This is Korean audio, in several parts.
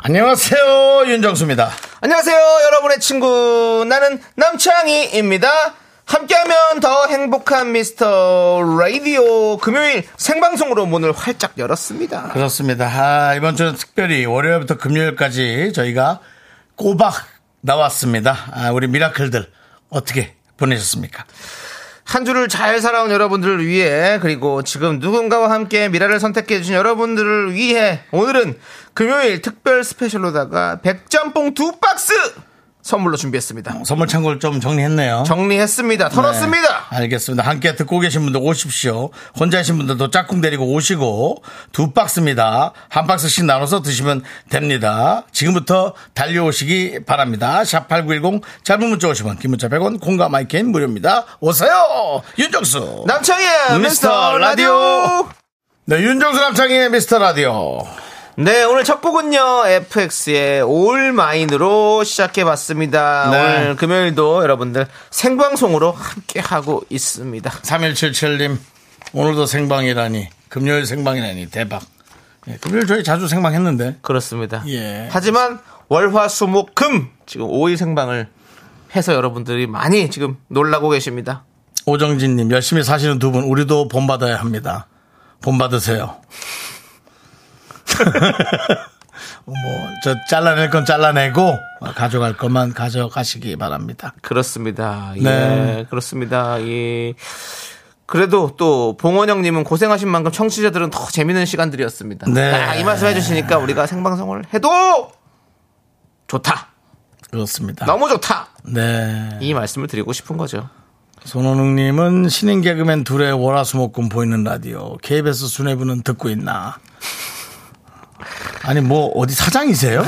안녕하세요 윤정수입니다. 안녕하세요, 여러분의 친구. 나는 남창희입니다. 함께하면 더 행복한 미스터 라디오 금요일 생방송으로 문을 활짝 열었습니다. 그렇습니다. 아, 이번 주는 특별히 월요일부터 금요일까지 저희가 꼬박 나왔습니다. 아, 우리 미라클들 어떻게 보내셨습니까? 한 주를 잘 살아온 여러분들을 위해 그리고 지금 누군가와 함께 미라를 선택해 주신 여러분들을 위해 오늘은 금요일 특별 스페셜로다가 백짬뽕 두 박스 선물로 준비했습니다. 선물 창고를 좀 정리했네요. 정리했습니다. 털었습니다. 네, 알겠습니다. 함께 듣고 계신 분들 오십시오. 혼자이신 분들도 짝꿍 데리고 오시고 두 박스입니다. 한 박스씩 나눠서 드시면 됩니다. 지금부터 달려오시기 바랍니다. 샵 8910 짧은 문자 50원, 긴 문자 100원, 콩과 마이크인 무료입니다. 오세요. 윤정수. 남창희의 미스터 미스터 라디오. 라디오. 네, 윤정수 남창의 미스터 라디오. 네, 오늘 첫 곡은요, FX의 올 마인으로 시작해봤습니다. 네. 오늘 금요일도 여러분들 생방송으로 함께하고 있습니다. 3177님, 오늘도 생방이라니. 금요일 생방이라니. 대박. 예, 금요일 저희 자주 생방했는데. 그렇습니다. 예. 하지만 월화 수목 금 지금 5일 생방을 해서 여러분들이 많이 지금 놀라고 계십니다. 오정진님 열심히 사시는 두 분 우리도 본받아야 합니다. 본받으세요. 뭐 저 잘라낼 건 잘라내고 가져갈 것만 가져가시기 바랍니다. 그렇습니다. 예, 네. 그렇습니다. 예. 그래도 또 봉원 형님은 고생하신 만큼 청취자들은 더 재밌는 시간들이었습니다. 네. 아, 이 말씀 해주시니까 우리가 생방송을 해도 좋다. 그렇습니다. 너무 좋다. 네. 이 말씀을 드리고 싶은 거죠. 손호능님은 신인 개그맨 둘의 월화수목금 보이는 라디오 KBS 수뇌부는 듣고 있나? 아니 뭐 어디 사장이세요?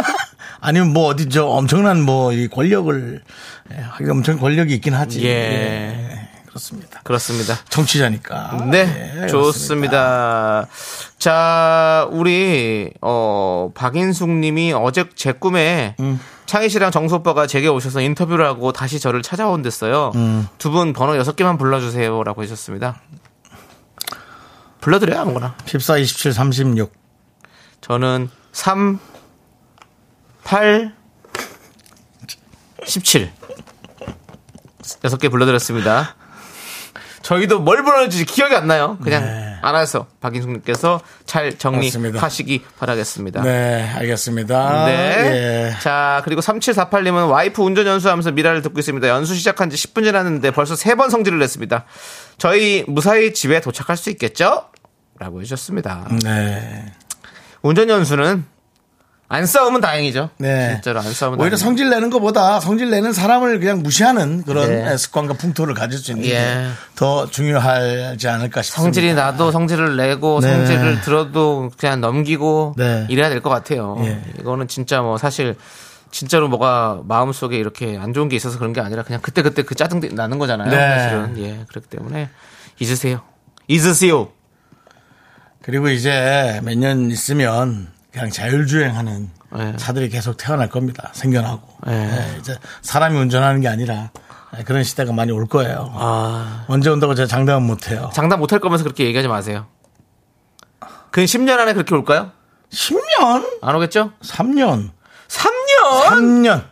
아니면 뭐 어디 저 엄청난 뭐 이 권력을 예, 하긴 엄청 권력이 있긴 하지. 예. 그렇습니다. 그렇습니다. 정치자니까. 네, 예, 좋습니다. 자, 우리 어 박인숙님이 어제 제 꿈에 음. 창희 씨랑 정수 오빠가 제게 오셔서 인터뷰를 하고 다시 저를 찾아온댔어요. 음. 두 분 번호 여섯 개만 불러주세요라고 하셨습니다. 불러드려요 아무거나. 14, 27, 36. 저는 3, 8, 17. 여섯 개 불러드렸습니다. 저희도 뭘 불러는지 기억이 안 나요. 그냥 네. 알아서 박인숙님께서 잘 정리하시기 바라겠습니다. 네, 알겠습니다. 네. 예. 자, 그리고 3748님은 와이프 운전 연수하면서 미라를 듣고 있습니다. 연수 시작한 지 10분 지났는데 벌써 세 번 성질을 냈습니다. 저희 무사히 집에 도착할 수 있겠죠? 라고 해주셨습니다. 네. 운전 연수는 안 싸우면 다행이죠. 네. 진짜로 안 싸우면 오히려 다행이에요. 성질 내는 것보다 성질 내는 사람을 그냥 무시하는 그런 네. 습관과 풍토를 가질 수 있는 예. 게 더 중요하지 않을까 싶습니다. 성질이 나도 성질을 내고 네. 성질을 들어도 그냥 넘기고 네. 이래야 될 것 같아요. 예. 이거는 진짜 뭐 사실 진짜로 뭐가 마음속에 이렇게 안 좋은 게 있어서 그런 게 아니라 그냥 그때그때 그 짜증 나는 거잖아요. 네. 사실은. 예. 그렇기 때문에 잊으세요. 잊으세요. 그리고 이제 몇 년 있으면 그냥 자율주행하는 예. 차들이 계속 태어날 겁니다. 생겨나고 예. 예, 이제 사람이 운전하는 게 아니라 그런 시대가 많이 올 거예요. 아. 언제 온다고 제가 장담은 못해요. 장담 못할 거면서 그렇게 얘기하지 마세요. 근 10년 안에 그렇게 올까요? 10년, 안 오겠죠? 3년, 3년? 3년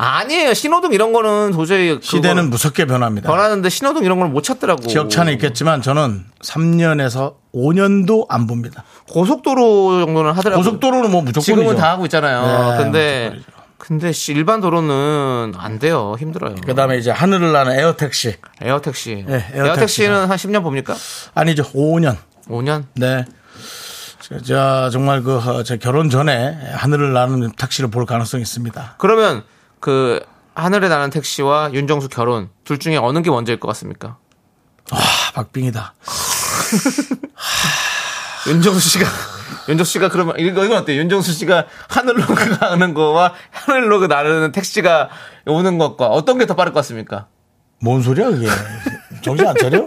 아니에요. 신호등 이런 거는 도저히 그거- 시대는 무섭게 변합니다. 변하는데 신호등 이런 걸 못 찾더라고. 기억차는 있겠지만 저는 3년에서 5년도 안 봅니다. 고속도로 정도는 하더라고. 고속도로는 뭐 무조건이죠. 그러니까 지금은 다 하고 있잖아요. 네, 근데 무조건이죠. 근데 씨, 일반 도로는 안 돼요. 힘들어요. 그다음에 이제 하늘을 나는 에어택시 에어택시. 네, 에어택시가. 에어택시는 한 10년 봅니까? 아니죠 5년. 5년? 네. 제가 정말 그 제 결혼 전에 하늘을 나는 택시를 볼 가능성이 있습니다. 그러면 그 하늘에 나는 택시와 윤정수 결혼 둘 중에 어느 게 먼저일 것 같습니까? 아, 박빙이다. 윤정수 씨가 윤정 씨가 그러면 이거 이건 어때? 요 윤정수 씨가 하늘로 가는 거와 하늘로 나르는 택시가 오는 것과 어떤 게 더 빠를 것 같습니까? 뭔 소리야 그게 정신 안 차려?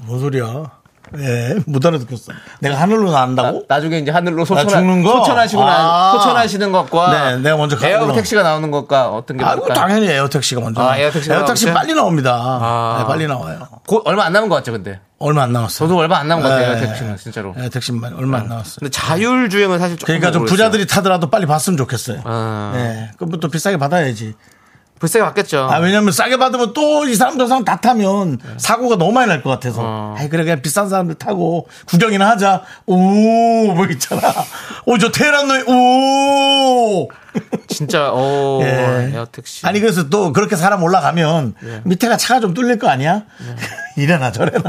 뭔 소리야? 예, 못 알아듣겠어. 내가 하늘로 난다고? 어? 나, 중에 이제 하늘로 나 소천하, 아, 죽는 거? 소천하시고 나- 아. 소천하시는 것과 네, 내가 먼저 가고 에어 그럼. 택시가 나오는 것과 어떤 게 아이고 빠를까? 당연히 에어택시가 먼저. 아, 나와요. 에어택시가 에어택시 나오죠? 빨리 나옵니다. 아. 네, 빨리 나와요. 곧 얼마 안 남은 것 같죠, 근데. 얼마 안 남았어. 저도 얼마 안 남은 것 네. 같아요, 에어택시는 진짜로. 네. 에어택시만 얼마 안 남았어. 근데 자율 주행은 사실 조금 그러니까 좀 모르겠어요. 부자들이 타더라도 빨리 봤으면 좋겠어요. 아. 예, 그럼 또 비싸게 받아야지. 불세가 맞겠죠. 아, 왜냐면 싸게 받으면 또 이 사람 저 사람 다 타면 네. 사고가 너무 많이 날 것 같아서. 어. 아이, 그래, 그냥 비싼 사람들 타고 구경이나 하자. 오, 뭐 있잖아. 오, 저 테헤란 노예, 오! 진짜 어 예. 에어 택시. 아니, 그래서 또 그렇게 사람 올라가면 예. 밑에가 차가 좀 뚫릴 거 아니야? 이래나 저래나.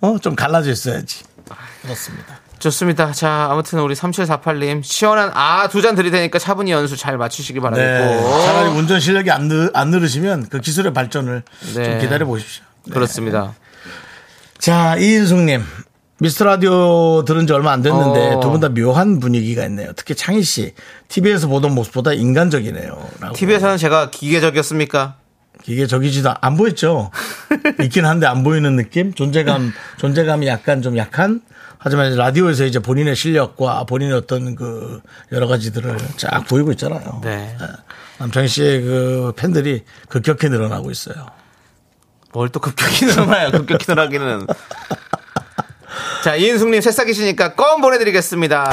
어, 좀 갈라져 있어야지. 아, 그렇습니다. 좋습니다. 자, 아무튼 우리 3748님 시원한 아 두 잔 드릴 테니까 차분히 연수 잘 네. 맞추시기 바라겠고. 차라리 운전 실력이 안, 느, 안 늘으시면 그 기술의 발전을 좀 네. 기다려 보십시오. 그렇습니다. 자, 이인숙님. 미스터 라디오 들은 지 얼마 안 됐는데 어. 두 분 다 묘한 분위기가 있네요. 특히 창희 씨. TV에서 보던 모습보다 인간적이네요. 라고. TV에서는 제가 기계적이었습니까? 이게 적이지도 않- 안 보였죠. 있긴 한데 안 보이는 느낌? 존재감, 존재감이 약간 좀 약한? 하지만 이제 라디오에서 이제 본인의 실력과 본인의 어떤 그 여러 가지들을 쫙 보이고 있잖아요. 네. 남창희 씨의 그 팬들이 급격히 늘어나고 있어요. 뭘 또 급격히 늘어나요? 급격히 늘어나기는. 자, 이은숙님 새싹이시니까 껌 보내드리겠습니다.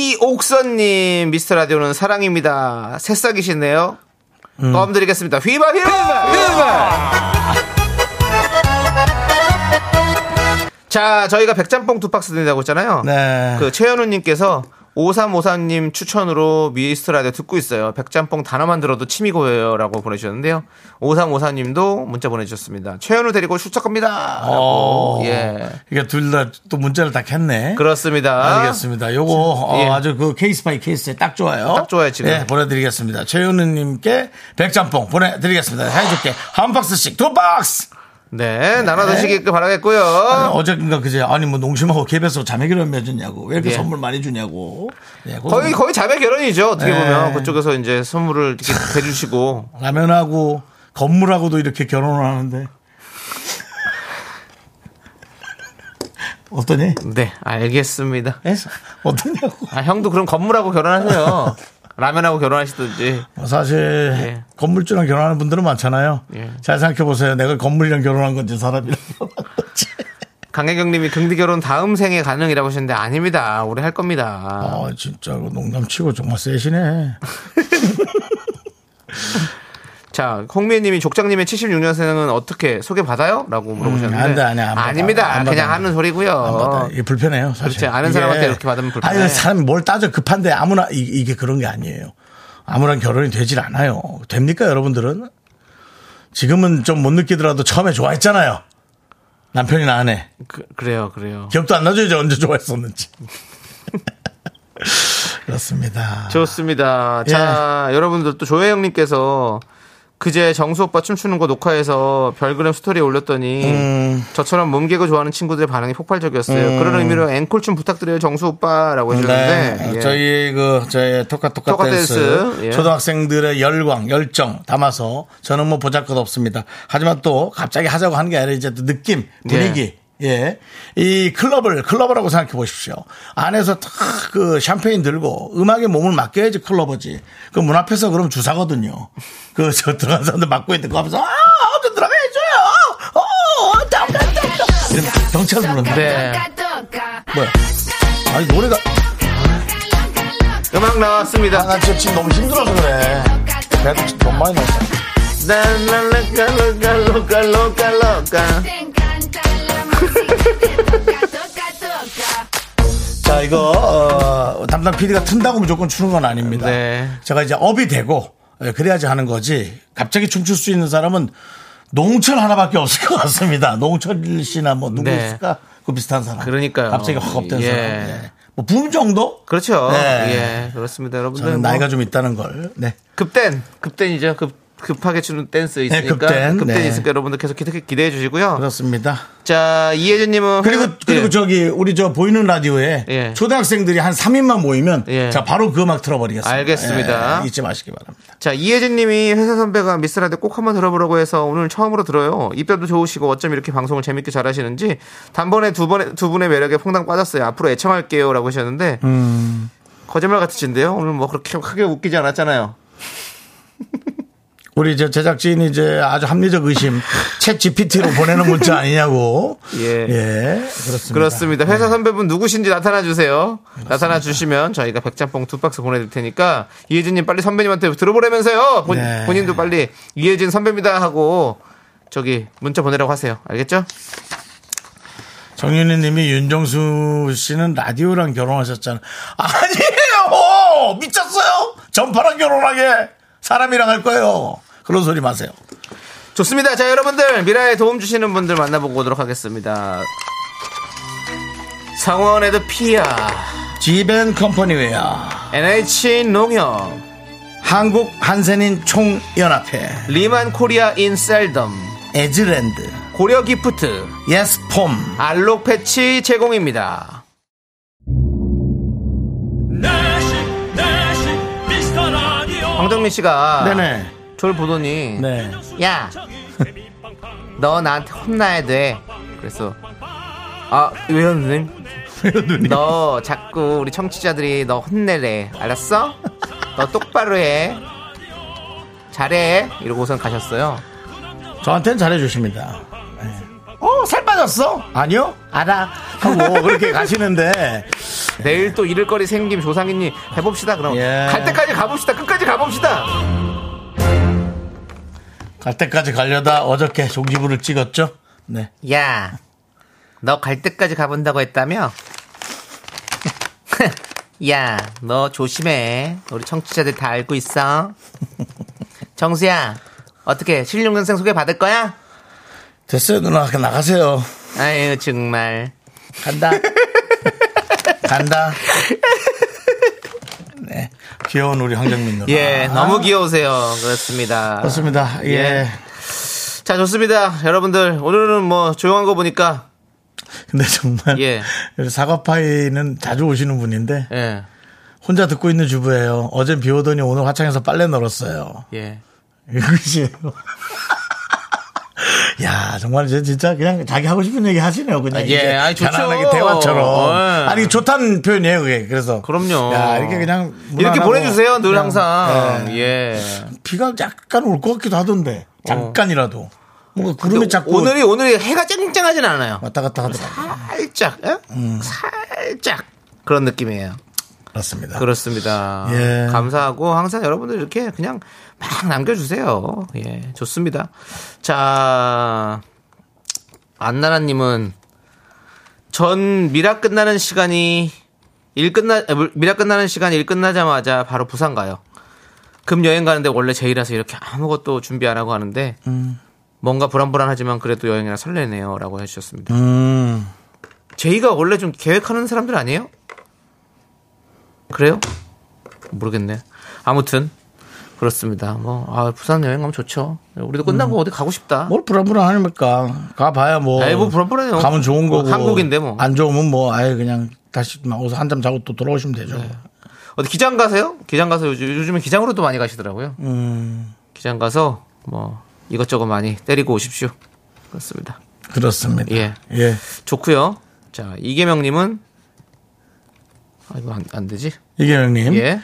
이옥선님 미스터 라디오는 사랑입니다. 새싹이시네요. 껌 드리겠습니다. 휘바 음. 휘바 휘바. 자, 저희가 백짬뽕 두 박스 드린다고 했잖아요. 네. 그 최현우님께서 5353님 추천으로 미스터 라디오 듣고 있어요. 백짬뽕 단어만 들어도 침이 고여요. 라고 보내주셨는데요. 5353님도 문자 보내주셨습니다. 최현우 데리고 출석 갑니다. 라고. 어. 예. 그렇죠. 그러니까 둘 다 또 문자를 다 켰네. 그렇습니다. 알겠습니다. 요거 어, 아. 예. 아주 그 케이스 바이 케이스에 딱 좋아요. 딱 좋아요, 지금. 예, 보내드리겠습니다. 최윤우님께 백짬뽕 보내드리겠습니다. 해줄게 한 박스씩 두 박스. 네, 나눠 드시길 바라겠고요. 아니, 어제인가 그제 아니 뭐 농심하고 개별서 자매기를 맺었냐고 왜 이렇게 예. 선물 많이 주냐고. 예, 그거 거의 거의 자매 결혼이죠. 어떻게 네. 보면 그쪽에서 이제 선물을 이렇게 대주시고 라면하고 건물하고도 이렇게 결혼을 하는데. 어떠니? 네, 알겠습니다. 예? 어떠냐고. 아, 형도 그럼 건물하고 결혼하세요. 라면하고 결혼하시든지. 뭐 사실 예. 건물주랑 결혼하는 분들은 많잖아요. 예. 잘 생각해 보세요. 내가 건물이랑 결혼한 건지 사람이랑 결혼한 건지. 강혜경님이 긍디 결혼 다음 생에 가능이라고 하셨는데 아닙니다. 어. 올해 할 겁니다. 아 진짜 이거 농담치고 정말 세시네. 자, 홍미애님이 족장님의 76년생은 어떻게 소개 받아요?라고 물어보셨는데 안 돼, 안 돼, 안 받아. 아닙니다. 안 받아. 그냥 하는 안 받아요. 소리고요. 이게 불편해요. 사실. 그렇지. 아는 이게- 사람한테 이렇게 받으면 불편해. 아니, 사람이 뭘 따져 급한데 아무나 이- 이게 그런 게 아니에요. 아무런 결혼이 되질 않아요. 됩니까 여러분들은? 지금은 좀 못 느끼더라도 처음에 좋아했잖아요. 남편이나 아내. 그, 그래요, 그래요. 기억도 안 나죠 이제 언제 좋아했었는지. 그렇습니다. 좋습니다. 자, 여러분들도 조혜영님께서 그제 정수 오빠 춤추는 거 녹화해서 별그램 스토리에 올렸더니 저처럼 몸개그 좋아하는 친구들의 반응이 폭발적이었어요. 그런 의미로 앵콜 춤 부탁드려요, 정수 오빠라고 네, 해주셨는데 어, 예. 저희 그 저희 토카토카 토카 댄스, 댄스, 예. 초등학생들의 열광 열정 담아서 저는 뭐 보잘것없습니다. 하지만 또 갑자기 하자고 하는 게 아니라 이제 또 느낌 분위기. 예. 이 클럽을, 클럽이라고 생각해 보십시오. 안에서 탁 그 샴페인 들고 음악에 몸을 맡겨야지 클럽이지. 그 문 앞에서 그럼 주사거든요. 그 저 들어간 사람들 맡고 있는 거 하면서 아, 좀 들어가줘요! 어, 담, 담, 담, 담. 이러면 경찰 부르는데. 네. 뭐야. 아니, 노래가. 음악 나왔습니다. 아, 나 지금, 지금 너무 힘들어서 그래. 배도 지금 너무 많이 넣었어. 랄랄랄랄랄랄랄랄랄랄. 자, 이거, 어, 담당 PD가 튼다고 무조건 추는 건 아닙니다. 네. 제가 이제 업이 되고, 예, 그래야지 하는 거지. 갑자기 춤출 수 있는 사람은 농철 하나밖에 없을 것 같습니다. 농철 씨나 뭐 누구 네. 있을까? 그 비슷한 사람. 그러니까요. 갑자기 확 업된 예. 사람. 예. 뭐붐 정도? 그렇죠. 네. 예, 그렇습니다, 여러분들. 저는 뭐 나이가 좀 있다는 걸. 네. 급댄, 급댄이죠. 급 급하게 추는 댄스 네, 있으니까 급댄. 네. 있으니까 여러분들 계속 기대, 기대해 주시고요. 그렇습니다. 자 이혜진님은 그리고 화요- 그리고 예. 저기 우리 저 보이는 라디오에 예. 초등학생들이 한 3인만 모이면 예. 자 바로 그 음악 틀어버리겠습니다. 알겠습니다. 예, 잊지 마시기 바랍니다. 자 이혜진님이 회사 선배가 미스라데 꼭 한번 들어보라고 해서 오늘 처음으로 들어요. 입담도 좋으시고 어쩜 이렇게 방송을 재밌게 잘하시는지 단번에 두 번의 두 분의 매력에 퐁당 빠졌어요. 앞으로 애청할게요라고 하셨는데 음. 거짓말 같으신데요. 오늘 뭐 그렇게 크게 웃기지 않았잖아요. 우리 저 제작진이 이제 아주 합리적 의심 챗 GPT로 보내는 문자 아니냐고. 예. 그렇습니다. 네. 그렇습니다. 회사 선배분 누구신지 나타나 주세요. 나타나 주시면 저희가 백짬뽕 두 박스 보내드릴 테니까 이혜진님 빨리 선배님한테 들어보라면서요. 본, 네. 인도 빨리 이혜진 선배입니다 하고 저기 문자 보내라고 하세요. 알겠죠? 정윤희 님이 윤정수 씨는 라디오랑 결혼하셨잖아요. 아니에요! 미쳤어요! 전파랑 결혼하게! 사람이랑 할 거예요. 그런 소리 마세요. 좋습니다. 자 여러분들 미라에 도움 주시는 분들 만나보고 오도록 하겠습니다. 상원에드 피아, 지벤 컴퍼니웨어. NH 농협, 한국 한센인 총연합회. 리만 코리아 인셀덤, 에즈랜드. 고려 기프트, 예스폼. 알록 패치 제공입니다. 내시 내시 미스터 라디오 황정민 씨가 네네. 저를 보더니 네. 야, 너 나한테 혼나야 돼. 그래서 아 왜요 선생님? 너 자꾸 우리 청취자들이 너 혼내래. 알았어? 너 똑바로 해. 잘해. 이러고 우선 가셨어요. 저한테는 잘해주십니다. 네. 어, 살 빠졌어? 아니요? 알아. 하고 그렇게 가시는데. 내일 또 이럴 거리 생김 조상이니 해봅시다. 그럼 예. 갈 때까지 가봅시다. 끝까지 가봅시다. 갈 때까지 가려다 어저께 종지부를 찍었죠? 네. 야, 너 갈 때까지 가본다고 했다며? 야, 너 조심해. 우리 청취자들 다 알고 있어. 정수야, 어떻게 실용연생 소개 받을 거야? 됐어요, 누나. 그냥 나가세요. 아유, 정말. 간다. 간다. 네. 귀여운 우리 황정민 누나. 예, 너무 귀여우세요. 그렇습니다. 그렇습니다. 예. 예. 자, 좋습니다. 여러분들, 오늘은 뭐 조용한 거 보니까, 근데 정말 예. 사과파이는 자주 오시는 분인데 예, 혼자 듣고 있는 주부예요. 어젠 비 오더니 오늘 화창에서 빨래 널었어요. 예. 이것이에요. 야, 정말 이제 진짜 그냥 자기 하고 싶은 얘기 하시네요. 그냥 아, 예, 이게 아이, 좋죠. 편안하게 대화처럼. 예. 아니 좋다는 표현이에요, 그게. 그래서 그럼요. 야, 이렇게 그냥 이렇게 무난하고 보내주세요. 늘 그냥, 항상. 예. 예. 어. 비가 약간 올 것 같기도 하던데 잠깐이라도 뭔가 구름이 자꾸 오늘이 오늘이 해가 쨍쨍하진 않아요. 왔다 갔다 하더라고. 요 살짝, 예? 살짝 그런 느낌이에요. 그렇습니다. 그렇습니다. 예. 감사하고 항상 여러분들 이렇게 그냥 막 남겨주세요. 예, 좋습니다. 자, 안나라님은 전 미라 끝나는 시간이 일 끝나 아, 물- 미라 끝나는 시간 일 끝나자마자 바로 부산 가요. 금 여행 가는데 원래 제이라서 이렇게 아무것도 준비 안 하고 가는데 뭔가 불안불안하지만 그래도 여행이라 설레네요라고 해주셨습니다. 음, 제이가 원래 좀 계획하는 사람들 아니에요? 그래요? 모르겠네. 아무튼 그렇습니다. 뭐 아, 부산 여행 가면 좋죠. 우리도 끝나고 어디 가고 싶다. 뭘 불안불안합니까? 가봐야 뭐. 아이, 뭐 불안불안해요. 가면 좋은 뭐 거고. 한국인데 뭐. 안 좋으면 뭐 아예 그냥 다시 어서 한잠 자고 또 돌아오시면 되죠. 네. 어디 기장 가세요? 기장 가서 요즘, 요즘에 기장으로도 많이 가시더라고요. 기장 가서 뭐 이것저것 많이 때리고 오십시오. 그렇습니다. 그렇습니다. 예. 예. 좋고요. 자 이계명님은 아 이거 안, 안 되지? 이계영님. 예.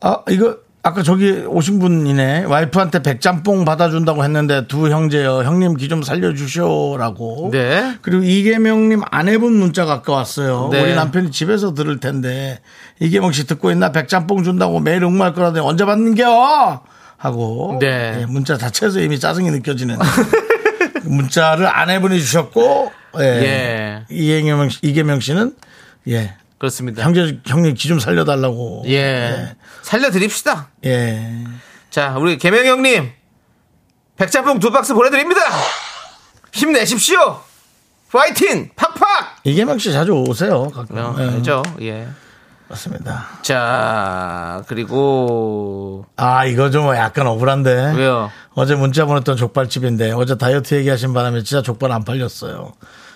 아, 이거 아까 저기 오신 분이네. 와이프한테 백짬뽕 받아준다고 했는데 두 형제요. 형님 기 좀 살려주시오라고. 네. 그리고 이계명님 안 해본 문자가 아까 왔어요. 네. 우리 남편이 집에서 들을 텐데 이계명 씨 듣고 있나 백짬뽕 준다고 매일 응모할 거라더니 언제 받는겨? 하고 네. 예, 문자 자체에서 이미 짜증이 느껴지는 문자를 안 해보내주셨고 예. 예. 이계명 씨- 이계명 씨는 예 그렇습니다. 형제 형님 기 좀 살려달라고 네. 예. 네. 살려드립시다. 예. 자, 우리 개명 형님 백짬뽕 두 박스 보내드립니다. 힘내십시오. 파이팅, 팍팍. 이계명 씨 자주 오세요. 가끔. 어, 예. 알죠? 예. 그렇습니다. 자, 그리고 아, 이거 좀 약간 억울한데. 왜요? 어제 문자 보냈던 족발집인데 어제 다이어트 얘기하신 바람에 진짜 족발 안 팔렸어요.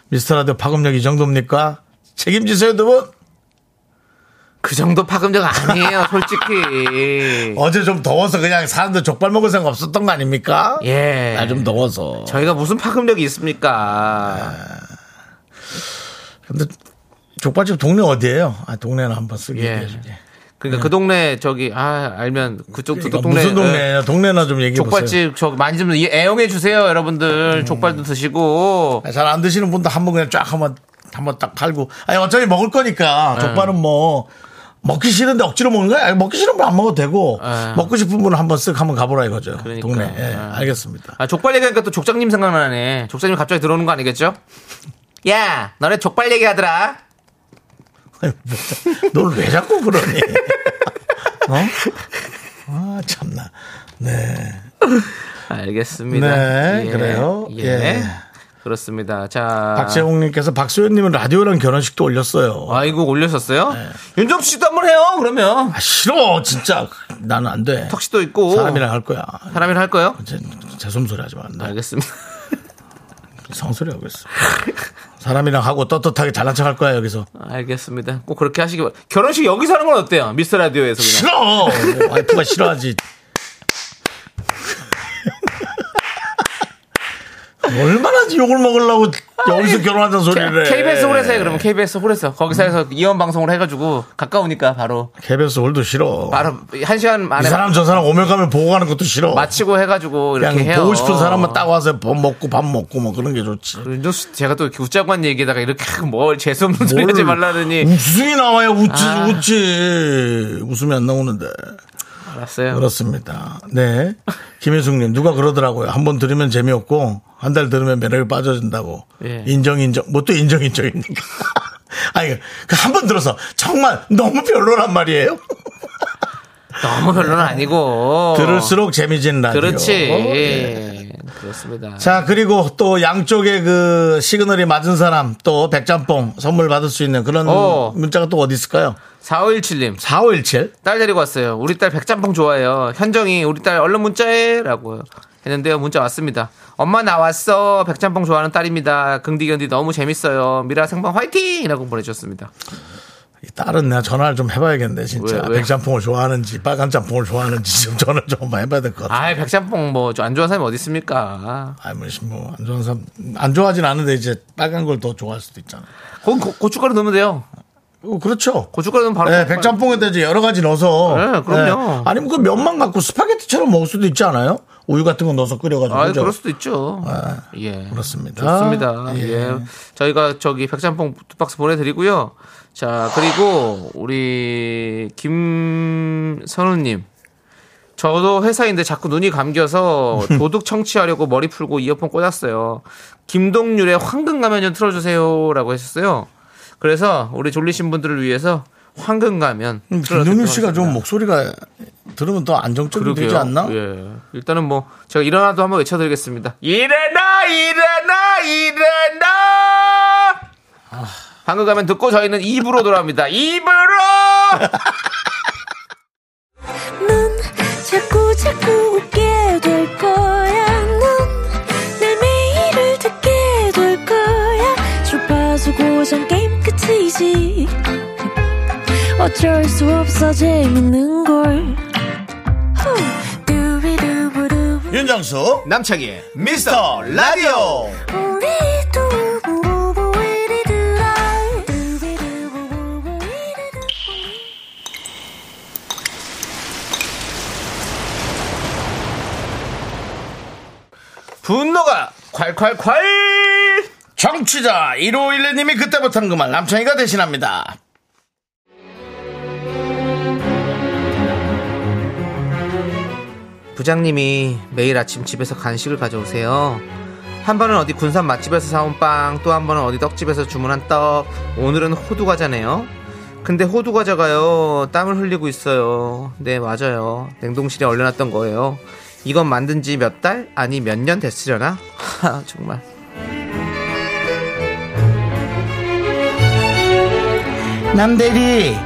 미스터라디오 파급력 이 정도입니까? 책임지세요 두 분. 그 정도 파급력 아니에요, 솔직히. 어제 좀 더워서 그냥 사람들 족발 먹을 생각 없었던 거 아닙니까? 예. 날 좀 더워서. 저희가 무슨 파급력이 있습니까? 근데 족발집 동네 어디예요? 아 동네는 한번 쓰게 예. 얘기해 줄게. 그러니까 그 동네 저기 아 알면 그쪽 그 동네 무슨 예, 동네예요? 동네나 좀 얘기해 보세요. 족발집 저 많이 좀 애용해 주세요, 여러분들. 족발도 드시고 아, 잘 안 드시는 분도 한 번 그냥 쫙 한번 한번 딱 팔고. 아니 어차피 먹을 네. 거니까 족발은 뭐 먹기 싫은데 억지로 먹는 거야? 아니, 먹기 싫은 분안 먹어도 되고 예. 먹고 싶은 분은 한번 쓱 한번 가보라 이거죠. 그러니까. 동네. 예, 예. 알겠습니다. 아, 족발 얘기하니까 또 족장님 생각나네. 족장님 갑자기 들어오는 거 아니겠죠? 야, 너네 족발 얘기하더라. 넌 왜 자꾸 그러니? 어? 아 참나. 네. 알겠습니다. 네, 그래요. 예. 예. 그렇습니다. 자. 박재홍님께서 박소연님은 라디오랑 결혼식도 올렸어요. 아이고, 올려셨어요? 네. 윤정 씨도 한번 해요, 그러면. 아, 싫어 진짜 나는 안 돼. 턱시도 있고. 사람이랑 할 거야. 사람이랑 할 거예요? 제, 제솜소리 하지 마. 나 알겠습니다. 성소리 하고 있어. 사람이랑 하고 떳떳하게 잘난 척 할 거야 여기서. 알겠습니다. 꼭 그렇게 하시기 바랍니다. 결혼식 여기서 하는 건 어때요? 미스터 라디오에서 그냥. 싫어. 와이프가 싫어하지. 얼마나 욕을 먹으려고 여기서 결혼한다는 소리를 네. 음. 해. KBS 홀에서 해, 그러면 KBS 홀에서. 거기서 해서 이원 방송을 해가지고 가까우니까 바로. KBS 홀도 싫어. 바로 한 시간 이 만에 사람 저 사람 오면 가면 보고 가는 것도 싫어. 마치고 해가지고 그냥 이렇게 해요. 보고 싶은 사람만 딱 와서 밥 먹고 밥 먹고 뭐 그런 게 좋지. 윤정수 씨, 제가 또 이렇게 웃자고 한 얘기에다가 이렇게 뭘 재수없는 소리 뭘 하지 말라느니 웃음이 나와야 웃지 아. 웃지 웃음이 안 나오는데 알았어요. 그렇습니다. 네 김혜숙님 누가 그러더라고요. 한 번 들으면 재미없고 한 달 들으면 매력이 빠져진다고 예. 인정 인정 뭐 또 인정 인정입니까? 아니 그 한 번 들어서 정말 너무 별로란 말이에요. 너무 별로는 아니고 들을수록 재미진 라디오. 어. 그렇지. 예. 그렇습니다. 자 그리고 또 양쪽에 그 시그널이 맞은 사람 또 백짬뽕 선물 받을 수 있는 그런 어. 문자가 또 어디 있을까요? 4517님 4517 딸 데리고 왔어요. 우리 딸 백짬뽕 좋아해요. 현정이 우리 딸 얼른 문자해라고 했는데요. 문자 왔습니다. 엄마 나왔어. 백짬뽕 좋아하는 딸입니다. 긍디견디 너무 재밌어요. 미라 생방 화이팅이라고 보내주셨습니다. 이 딸은 내가 전화를 좀 해봐야겠네 진짜 왜, 왜? 백짬뽕을 좋아하는지 빨간 짬뽕을 좋아하는지 좀 전화 좀 한번 해봐야 될 것 같아. 아, 백짬뽕 뭐 안 좋아하는 사람이 어디 있습니까? 아이 뭐안 좋아하는 사람 안 좋아하진 않은데 이제 빨간 걸 더 좋아할 수도 있잖아. 고, 고, 고춧가루 넣으면 돼요. 어, 그렇죠. 고춧가루 넣으면 바로 네, 볶아요. 백짬뽕에다 이제 여러 가지 넣어서. 네, 그럼요. 아니면 그 면만 갖고 스파게티처럼 먹을 수도 있지 않아요? 우유 같은 거 넣어서 끓여가지고. 아, 그죠? 그럴 수도 있죠. 예. 그렇습니다. 좋습니다. 예. 예. 저희가 저기 백짬뽕 두 박스 보내드리고요. 자, 그리고 우리 김선우님. 저도 회사인데 자꾸 눈이 감겨서 도둑 청취하려고 머리 풀고 이어폰 꽂았어요. 김동률의 황금 가면 좀 틀어주세요라고 하셨어요. 그래서 우리 졸리신 분들을 위해서 황금 가면. 음, 김동률 씨가 좀 목소리가 들으면 더 안정적이 되지 않나? 예. 일단은 뭐 제가 일어나도 한번 외쳐드리겠습니다. 일어나 일어나 일어나. 아. 방금 가면 듣고 저희는 입으로 돌아옵니다. 입으로. 넌 자꾸 자꾸 웃게 될 거야. 넌내 매일을 듣게 될 거야. 주파수 고정 게임 끝이지. 어쩔 수 없어 재밌는 걸. 후. 두비두부두. 윤정수 남창희. 미스터 라디오. 우리 두부부부 우리들아. 두비두부부부 우리들아. 분노가 콸콸콸. 정취자 1511님이 그때 못한 그 말 남창희가 대신합니다. 부장님이 매일 아침 집에서 간식을 가져오세요. 한 번은 어디 군산 맛집에서 사온 빵, 또 한 번은 어디 떡집에서 주문한 떡, 오늘은 호두 과자네요. 근데 호두 과자가요, 땀을 흘리고 있어요. 네, 맞아요. 냉동실에 얼려놨던 거예요. 이건 만든 지 몇 달? 아니, 몇 년 됐으려나? 하, 정말. 남대리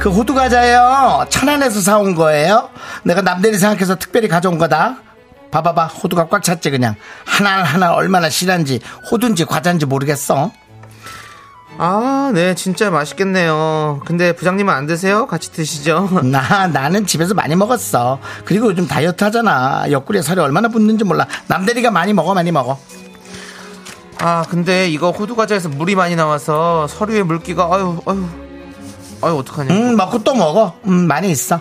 그 호두 과자요. 천안에서 사온 거예요. 내가 남들이 생각해서 특별히 가져온 거다. 봐봐봐, 호두가 꽉 찼지 그냥 하나 하나 얼마나 실한지 호두인지 과자인지 모르겠어. 아, 네, 진짜 맛있겠네요. 근데 부장님은 안 드세요? 같이 드시죠. 나 나는 집에서 많이 먹었어. 그리고 요즘 다이어트 하잖아. 옆구리에 살이 얼마나 붙는지 몰라. 남대리가 많이 먹어, 많이 먹어. 아, 근데 이거 호두 과자에서 물이 많이 나와서 서류에 물기가 아유, 아유. 아유, 어떡하냐. 음, 먹고 또 먹어. 음, 많이 있어.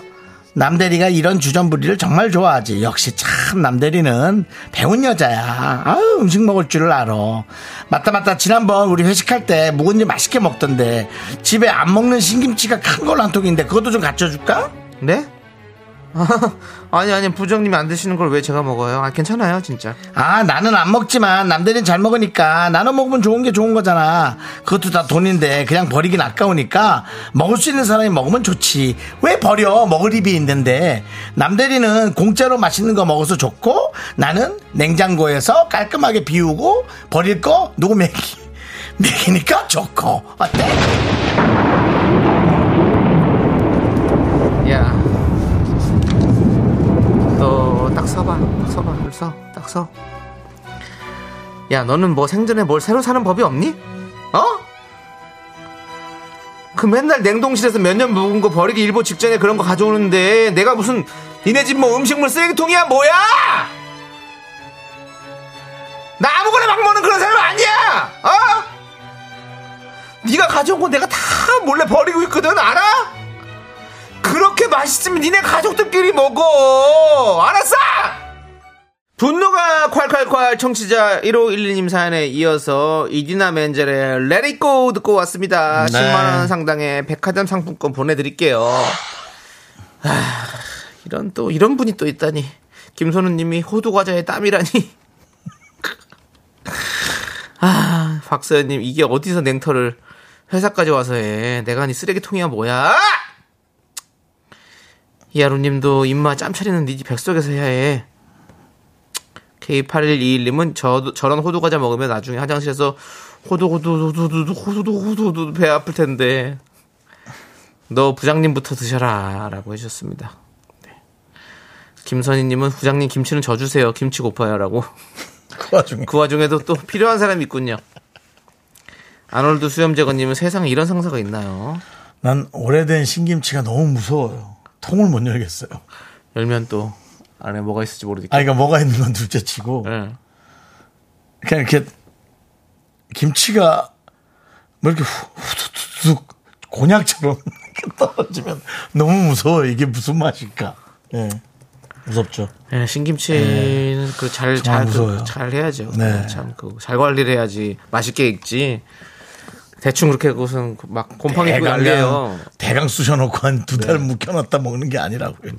남대리가 이런 주전부리를 정말 좋아하지. 역시 참 남대리는 배운 여자야. 아유, 음식 먹을 줄을 알아. 맞다, 맞다. 지난번 우리 회식할 때 묵은지 맛있게 먹던데. 집에 안 먹는 신김치가 큰 걸로 한 통인데 그것도 좀 갖춰줄까? 네? 아니, 아니, 부장님이 안 드시는 걸 왜 제가 먹어요? 아, 괜찮아요, 진짜. 아, 나는 안 먹지만 남들은 잘 먹으니까 나눠 먹으면 좋은 게 좋은 거잖아. 그것도 다 돈인데 그냥 버리긴 아까우니까 먹을 수 있는 사람이 먹으면 좋지. 왜 버려? 먹을 입이 있는데. 남대리는 공짜로 맛있는 거 먹어서 좋고 나는 냉장고에서 깔끔하게 비우고 버릴 거 누구 먹이. 먹이니까 좋고. 어때? 야. 너 딱 서봐. 딱 서봐. 줄 서. 딱 서. 야, 너는 뭐 생전에 뭘 새로 사는 법이 없니? 어? 그 맨날 냉동실에서 몇 년 묵은 거 버리기 일보 직전에 그런 거 가져오는데 내가 무슨 니네 집 뭐 음식물 쓰레기통이야 뭐야? 나 아무거나 막 먹는 그런 사람 아니야! 어? 네가 가져온 거 내가 다 몰래 버리고 있거든 알아? 그렇게 맛있으면 니네 가족들끼리 먹어. 알았어! 분노가 콸콸콸 청취자 1512님 사연에 이어서 이디나 멘젤의 Let It Go 듣고 왔습니다. 네. 10만원 상당의 백화점 상품권 보내드릴게요. 아, 이런 또, 이런 분이 또 있다니. 김선우 님이 호두과자에 땀이라니. 아, 박서연 님, 이게 어디서 냉터를 회사까지 와서 해. 내가 니 쓰레기통이야 뭐야? 이하루님도 입마 짬 차리는 니지 뱃속에서 해야 해. K8121님은 저, 저런 호두과자 먹으면 나중에 화장실에서 호두, 호두, 호두, 호두, 호두, 호두, 호두, 배 아플 텐데. 너 부장님부터 드셔라. 라고 해주셨습니다. 네. 김선희님은 부장님 김치는 저 주세요. 김치 고파요. 라고. 그 와중에. 그 와중에도 또 필요한 사람이 있군요. 아놀드 수염재건님은 세상에 이런 상사가 있나요? 난 오래된 신김치가 너무 무서워요. 통을 못 열겠어요. 열면 또 안에 뭐가 있을지 모르니까. 아, 그러니까 뭐가 있는 건 둘째 치고. 예. 그냥 이렇게 김치가 뭐 이렇게 후- 후두둑 곤약처럼 이렇게 떨어지면 너무 무서워. 이게 무슨 맛일까? 예. 무섭죠. 예, 신김치는 그 잘 정말 잘 무서워요. 그, 잘 해야죠. 네. 참그잘 관리를 해야지 맛있게 익지. 대충 그렇게 무슨 그막 곰팡이 뿌리 대강 날려요. 네. 대강 쑤셔놓고 한 두 달 묵혀놨다 먹는 게 아니라고요.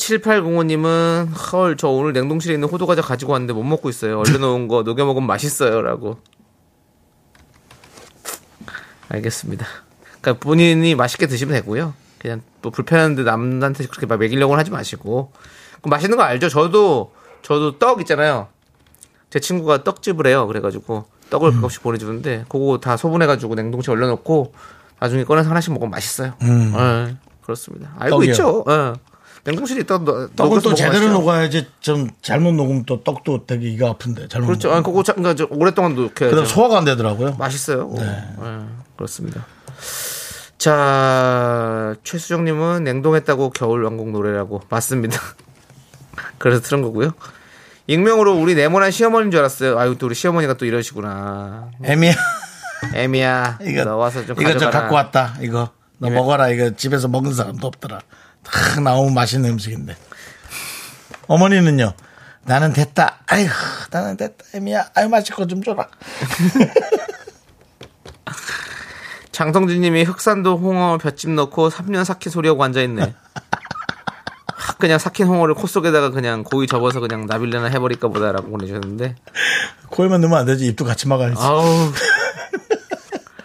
K7805님은 헐 저 오늘 냉동실에 있는 호두 과자 가지고 왔는데 못 먹고 있어요. 얼른 놓은 거 녹여 먹으면 맛있어요라고. 알겠습니다. 그러니까 본인이 맛있게 드시면 되고요. 그냥 뭐 불편한데 남한테 그렇게 막 먹이려고 하지 마시고 그 맛있는 거 알죠? 저도 저도 떡 있잖아요. 제 친구가 떡집을 해요. 그래가지고 음. 떡을 가끔씩 보내주는데 그거 다 소분해가지고 냉동실에 얼려놓고 나중에 꺼내서 하나씩 먹으면 맛있어요. 예, 그렇습니다. 음. 알고 떡이요? 있죠. 예. 냉동실에 있다 떡은 또 제대로 녹아야지 좀 잘못 녹으면 또 떡도 되게 이가 아픈데 잘못. 그렇죠. 아니, 먹으면. 그거 참, 그러니까 저 오랫동안 놓게 그다음 소화가 안 되더라고요. 맛있어요. 네. 어, 예, 그렇습니다. 자, 최수정님은 냉동했다고 겨울 왕국 노래라고. 맞습니다. 그래서 틀은 거고요. 익명으로 우리 네모난 시어머니인 줄 알았어요. 아유, 또 우리 시어머니가 또 이러시구나. 애미야 애미야, 이거 너 와서 좀 이거 가져가라. 저 갖고 왔다. 이거 너 먹어라. 이거 집에서 먹은 사람도 없더라. 다 나오면 맛있는 음식인데. 어머니는요. 나는 됐다. 아휴, 나는 됐다. 애미야, 아유 맛있고 좀 줘라. 장성진님이 흑산도 홍어 볏짚 넣고 3년 삭힌 소리하고 앉아있네. 확 그냥 삭힌 홍어를 코 속에다가 그냥 고이 접어서 그냥 나빌레나 해버릴까 보다라고 보내주셨는데. 코에만 넣으면 안 되지. 입도 같이 막아야지. 아우.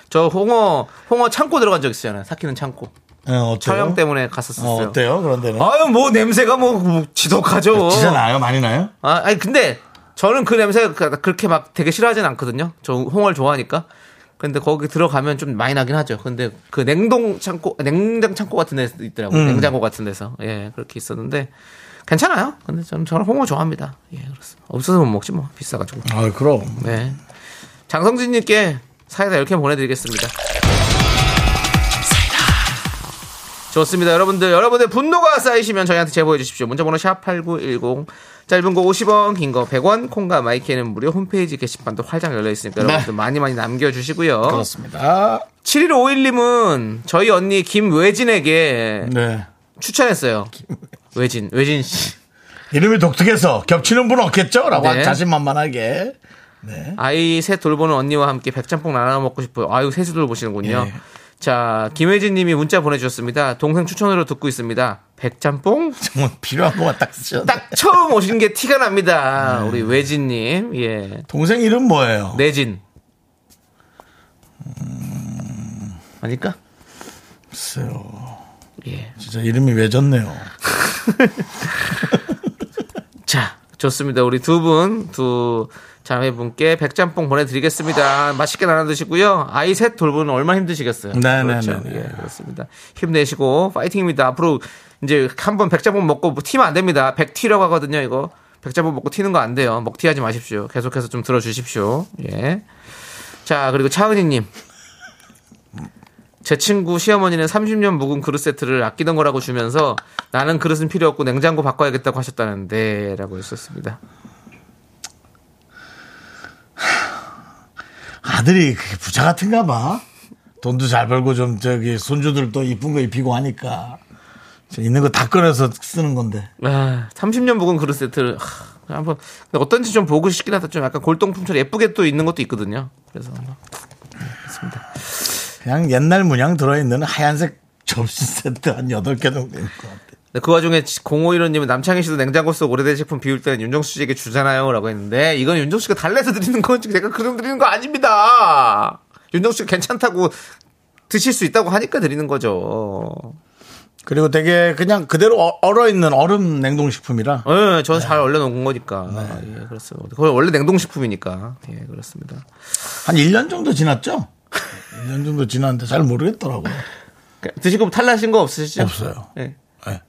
저 홍어, 홍어 창고 들어간 적 있잖아요. 삭히는 창고. 어, 어때요? 촬영 때문에 어, 갔었어요. 어때요? 그런데는 아유, 뭐 냄새가 뭐, 뭐 지독하죠. 아, 진짜 나요? 많이 나요? 아, 그, 아니 근데 저는 그 냄새 가 그렇게 막 되게 싫어하진 않거든요. 저 홍어를 좋아하니까. 근데 거기 들어가면 좀 많이 나긴 하죠. 근데 그 냉동 창고, 냉장 창고 같은 데 있더라고요. 음. 냉장고 같은 데서. 예, 그렇게 있었는데 괜찮아요. 근데 저는 저는 홍어 좋아합니다. 예, 그렇습니다. 없어서 못 먹지 뭐 비싸가지고. 아, 그럼. 네. 장성진님께 사이다 10개 보내드리겠습니다. 좋습니다. 여러분들, 여러분들 분노가 쌓이시면 저희한테 제보해 주십시오. 문자번호 샵8910. 짧은 거 50원, 긴 거 100원, 콩과 마이크는 무료 홈페이지 게시판도 활짝 열려 있으니까 네. 여러분들 많이 많이 남겨주시고요. 그렇습니다. 7151님은 저희 언니 김외진에게 네. 추천했어요. 외진, 외진 씨. 이름이 독특해서 겹치는 분 없겠죠? 라고 네. 자신만만하게. 아이 셋 돌보는 언니와 함께 백짬뽕 나눠 먹고 싶어요. 아유 셋을 돌보시는군요. 예. 자 김혜진님이 문자 보내주셨습니다. 동생 추천으로 듣고 있습니다. 백짬뽕 정말 필요한 것만 딱 쓰셨네. 딱 처음 오신 게 티가 납니다. 우리 외진님 예 동생 이름 뭐예요? 내진 아닐까? 글쎄요. 예. 진짜 이름이 왜 졌네요. 자 좋습니다. 우리 두 분 두 자매분께 백짬뽕 보내드리겠습니다. 맛있게 나눠 드시고요. 아이 셋 돌보는 얼마나 힘드시겠어요. 네, 그렇죠. 네, 네, 네. 예, 그렇습니다. 힘내시고 파이팅입니다. 앞으로 이제 한번 백짬뽕 먹고 뭐 튀면 안 됩니다. 백튀라고 하거든요. 이거 백짬뽕 먹고 튀는 거 안 돼요. 먹튀하지 마십시오. 계속해서 좀 들어주십시오. 예. 자 그리고 차은희님. 제 친구 시어머니는 30년 묵은 그릇 세트를 아끼던 거라고 주면서 나는 그릇은 필요 없고 냉장고 바꿔야겠다고 하셨다는데라고 했었습니다. 아들이 그게 부자 같은가 봐. 돈도 잘 벌고 좀 저기 손주들도 이쁜 거 입히고 하니까. 저 있는 거 다 꺼내서 쓰는 건데. 아, 30년 묵은 그릇 세트를 하, 한번 근데 어떤지 좀 보고 싶긴 하다. 좀 약간 골동품처럼 예쁘게 또 있는 것도 있거든요. 그래서 한번 그냥 옛날 문양 들어있는 하얀색 접시 세트 한 8개 정도 있는 것 같아. 근데 그 와중에 051호님은 남창희 씨도 냉장고 속 오래된 식품 비울 때는 윤정수 씨에게 주잖아요. 라고 했는데, 이건 윤정수 씨가 달래서 드리는 건지 제가 그냥 드리는 거 아닙니다. 윤정수 씨가 괜찮다고 드실 수 있다고 하니까 드리는 거죠. 그리고 되게 그냥 그대로 어- 얼어있는 얼음 냉동식품이라. 예, 저는 잘 얼려놓은 거니까. 네. 예, 그렇습니다. 그건 원래 냉동식품이니까. 예, 그렇습니다. 한 1년 정도 지났죠? 1년 정도 지났는데 잘 모르겠더라고요. 드시고 탈라신 거 없으시죠? 없어요. 예. 예.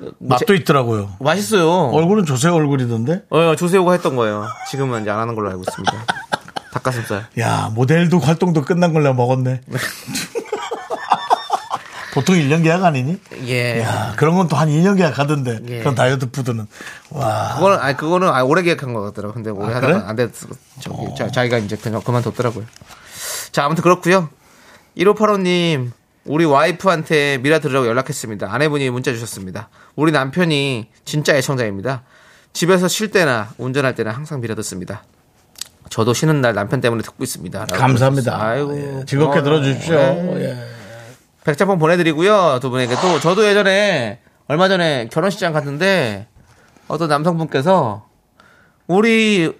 뭐 맛도 있더라고요. 맛있어요. 얼굴은 조세 얼굴이던데? 어, 조세호가 했던 거예요. 지금은 이제 안 하는 걸로 알고 있습니다. 닭가슴살. 야, 모델도 활동도 끝난 걸 내가 먹었네. 보통 1년 계약 아니니? 예. 야, 그런 건 또 한 2년 계약 하던데. 예. 그런 다이어트 푸드는. 와. 그거는 아니 그거는 아, 오래 계약한 것 같더라고. 근데 오래 하다가 아, 그래? 안 됐어. 저기 자, 자기가 이제 그냥 그만뒀더라고요. 자 아무튼 그렇고요. 1585님 우리 와이프한테 미라 들으라고 연락했습니다. 아내분이 문자 주셨습니다. 우리 남편이 진짜 애청자입니다. 집에서 쉴 때나 운전할 때나 항상 미라 듣습니다. 저도 쉬는 날 남편 때문에 듣고 있습니다. 라고 감사합니다. 그러셨어요. 아이고 예, 즐겁게 고마워요. 들어주십시오. 네. 예. 백짬뽕 보내드리고요. 두 분에게 또 저도 예전에 얼마 전에 결혼식장 갔는데 어떤 남성분께서 우리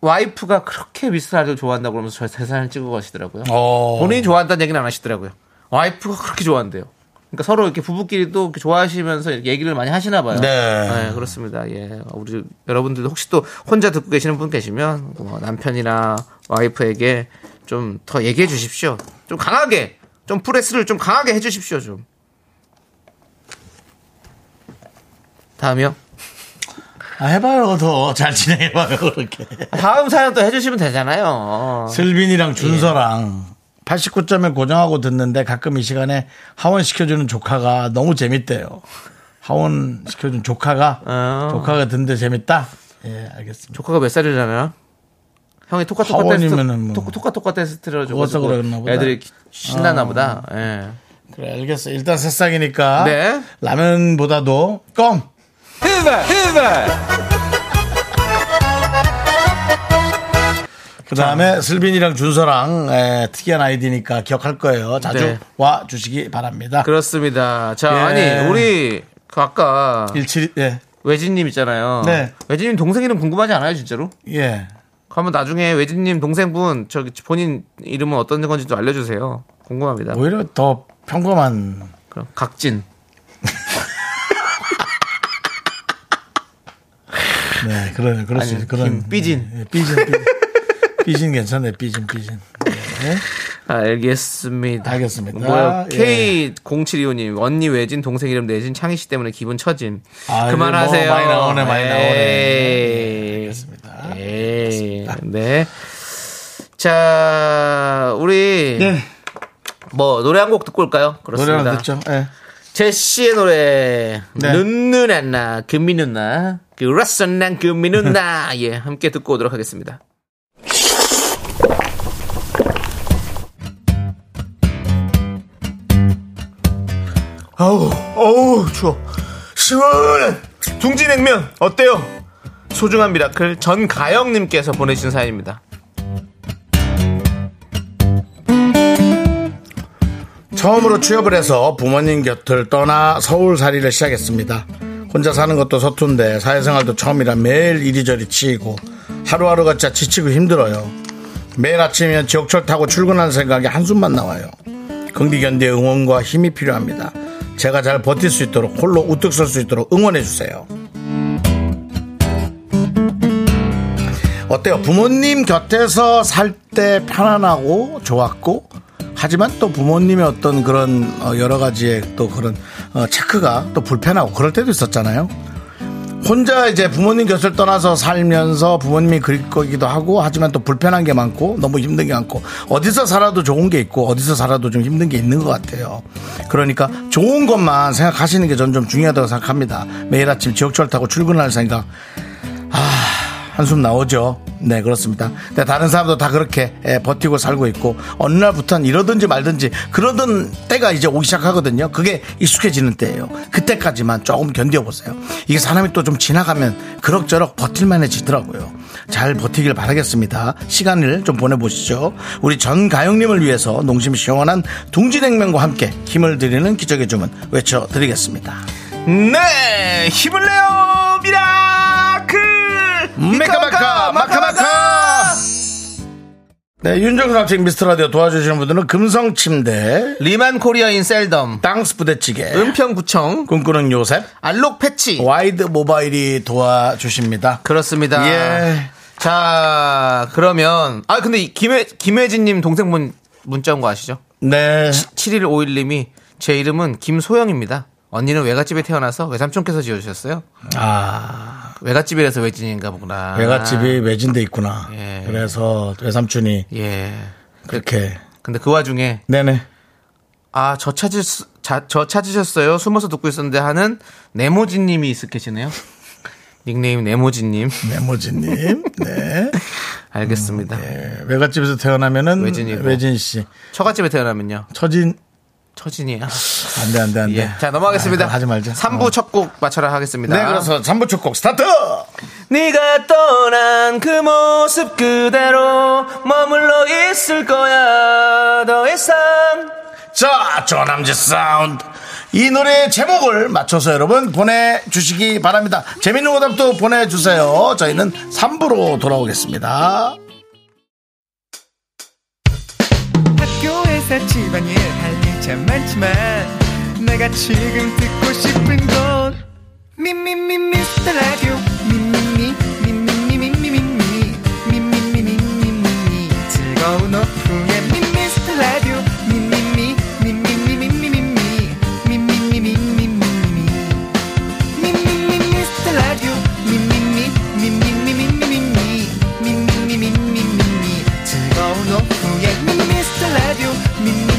와이프가 그렇게 미스터 아들 좋아한다고 그러면서 저희 사진을 찍어 가시더라고요. 어. 본인이 좋아한다는 얘기는 안 하시더라고요. 와이프가 그렇게 좋아한대요. 그러니까 서로 이렇게 부부끼리도 이렇게 좋아하시면서 이렇게 얘기를 많이 하시나 봐요. 네. 그렇습니다. 예. 우리 여러분들도 혹시 또 혼자 듣고 계시는 분 계시면 뭐 남편이나 와이프에게 좀 더 얘기해 주십시오. 좀 강하게 좀 프레스를 좀 강하게 해 주십시오, 좀. 다음이요. 아, 해봐요. 더 잘 진행해봐요. 그렇게. 다음 사연 또 해주시면 되잖아요. 슬빈이랑 준서랑 89점에 예. 고정하고 듣는데 가끔 이 시간에 하원 시켜주는 조카가 너무 재밌대요. 하원 시켜준 조카가 어. 조카가 듣는데 재밌다. 예, 알겠습니다. 조카가 몇 살이라나? 형이 토카 토카 하원이면은 테스트 뭐. 토카 토카 토카 테스트를 그것도 줘가지고 그러나 보다. 아. 애들이 기- 신나나 보다. 예. 그래, 알겠어. 일단 새싹이니까 네. 라면보다도 껌. 그 다음에 슬빈이랑 준서랑 에, 특이한 아이디니까 기억할 거예요. 자주 네. 와 주시기 바랍니다. 그렇습니다. 자 예. 아니 우리 그 아까 일칠 예, 외진님 있잖아요. 네. 외진님 동생 이름 궁금하지 않아요 진짜로? 예. 그러면 나중에 외진님 동생분 저기 본인 이름은 어떤 건지 좀 알려주세요. 궁금합니다. 오히려 더 평범한 그럼 각진. 네, 그런 그럴 수 아니, 있 그런 김, 삐진. 네, 예, 삐진 삐진. 삐진 괜찮네. 삐진 삐진. 예, 알겠습니다. 알겠습니다. 뭐야, 예. K0725님, 언니 외진, 동생 이름 내진, 창희 씨 때문에 기분 처짐. 아, 그만하세요. 예. 뭐 많이 나오네, 많이 나오네. 에이. 알겠습니다. 에이. 예. 네. 자, 우리. 네. 뭐, 노래 한 곡 듣고 올까요? 그렇습니다. 노래를 듣죠. 예. 제시의 노래 네. 눈눈 안나 금미 누나 그렇소 난 금미 누나 예 함께 듣고 오도록 하겠습니다 아우, 어우, 추워. 시원한 둥지냉면 어때요? 소중한 미라클 전가영님께서 보내주신 사연입니다 처음으로 취업을 해서 부모님 곁을 떠나 서울살이를 시작했습니다. 혼자 사는 것도 서툰데 사회생활도 처음이라 매일 이리저리 치이고 하루하루가 진짜 지치고 힘들어요. 매일 아침이면 지옥철 타고 출근하는 생각에 한숨만 나와요. 긍디견디의 응원과 힘이 필요합니다. 제가 잘 버틸 수 있도록 홀로 우뚝 설 수 있도록 응원해주세요. 어때요? 부모님 곁에서 살 때 편안하고 좋았고 하지만 또 부모님의 어떤 그런 어, 여러 가지의 또 그런 어, 체크가 또 불편하고 그럴 때도 있었잖아요. 혼자 이제 부모님 곁을 떠나서 살면서 부모님이 그릴 거기도 하고 하지만 또 불편한 게 많고 너무 힘든 게 많고 어디서 살아도 좋은 게 있고 어디서 살아도 좀 힘든 게 있는 것 같아요. 그러니까 좋은 것만 생각하시는 게 전 좀 중요하다고 생각합니다. 매일 아침 지옥철 타고 출근할 생각 한숨 나오죠. 네, 그렇습니다. 근데 다른 사람도 다 그렇게 예, 버티고 살고 있고 어느 날부터는 이러든지 말든지 그러던 때가 이제 오기 시작하거든요. 그게 익숙해지는 때예요. 그때까지만 조금 견뎌보세요. 이게 사람이 또 좀 지나가면 그럭저럭 버틸만해지더라고요. 잘 버티길 바라겠습니다. 시간을 좀 보내보시죠. 우리 전가영님을 위해서 농심 시원한 둥지냉면과 함께 힘을 드리는 기적의 주문 외쳐드리겠습니다. 네 힘을 내요 미라클 메카마카 마카마카 네 윤정수 학생 미스터라디오 도와주시는 분들은 금성침대 리만 코리아인 셀덤 땅스 부대찌개 음. 은평구청 꿈꾸는 요셉 알록 패치 네. 와이드 모바일이 도와주십니다 그렇습니다 예. 자 그러면 아 근데 이 김혜 김혜진님 동생 분 문자 온 거 아시죠? 네 7151님이 제 이름은 김소영입니다. 언니는 외갓집에 태어나서 외삼촌께서 지어주셨어요. 아, 외갓집이라서 외진인가 보구나. 외갓집이 외진데 있구나 아. 예. 그래서 외삼촌이 예. 그렇게 근데 그 와중에 네네 아 저 찾으 저 찾으셨어요. 숨어서 듣고 있었는데 하는 네모진님이 있으시네요. 닉네임 네모진님. 메모지님 네 알겠습니다. 예, 외갓집에서 태어나면은 외진이고. 외진 씨 처갓집에 태어나면요. 처진 처진이야. 안돼 안돼 안돼 예. 자 넘어가겠습니다. 아, 그거 하지 말자 3부 첫 곡 맞춰라 하겠습니다. 네, 그래서 3부 축곡 스타트! 네가 떠난 그 모습 그대로 머물러 있을 거야 더 이상 자, 조남지 사운드. 이 노래의 제목을 맞춰서 여러분 보내주시기 바랍니다. 재밌는 오답도 보내주세요. 저희는 3부로 돌아오겠습니다. 학교에서 집안일 할 일 참 많지만 내가 지금 듣고 싶은 건 미미미 미스터 라디오 미미미 미미미미미미 미미미미미미 즐거운 오후에 미스터 라디오 미미미 미미미미미미 미미미미미미 미미미 미스터 라디오 미미미 미미미미미미 미미미미미미 즐거운 오후에 미스터 라디오 미미미 미미미미미미 미미미미미미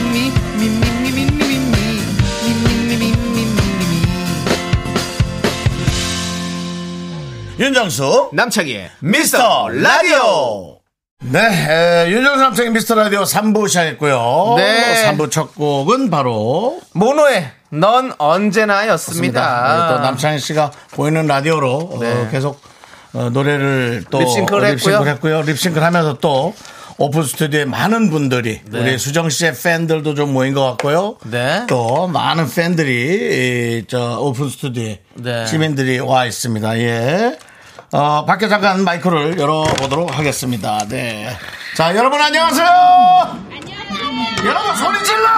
윤정수, 남창희의 미스터 라디오! 네, 에, 윤정수 남창의 미스터 라디오 3부 시작했고요. 네. 3부 첫 곡은 바로. 모노의 넌 언제나였습니다. 아. 네. 네, 또 남창희 씨가 보이는 라디오로 어, 계속 어, 노래를 또 립싱크를 어, 했고요. 했고요. 립싱크를 하면서 또 오픈 스튜디오에 많은 분들이 우리 수정 씨의 팬들도 좀 모인 것 같고요. 네. 또 많은 팬들이 이, 저 오픈 스튜디오에 네. 시민들이 와 있습니다. 예. 어, 밖에 잠깐 마이크를 열어보도록 하겠습니다. 네. 자, 여러분 안녕하세요! 여러분 소리 질러!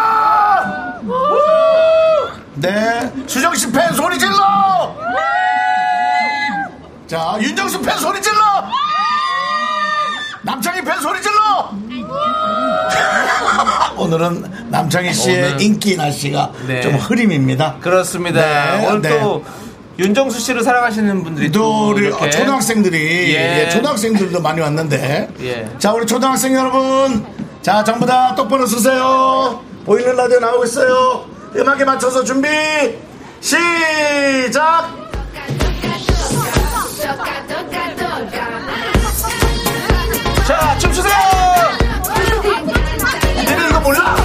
네. 수정 씨 팬 소리 질러! 자, 윤정수 팬 소리 질러! 남창희 팬 소리 질러! 오늘은 남창희 씨의 어, 오늘- 인기 날씨가 네. 좀 흐림입니다. 그렇습니다. 네, 오늘 네. 또 윤정수 씨를 사랑하시는 분들이 또 우리 어, 이렇게 아, 초등학생들이 예. 예, 초등학생들도 많이 왔는데 예. 자 우리 초등학생 여러분 자 전부 다 똑바로 쓰세요 보이는 라디오 나오고 있어요 음악에 맞춰서 준비 시작 자 춤추세요. 얘네 이거 몰라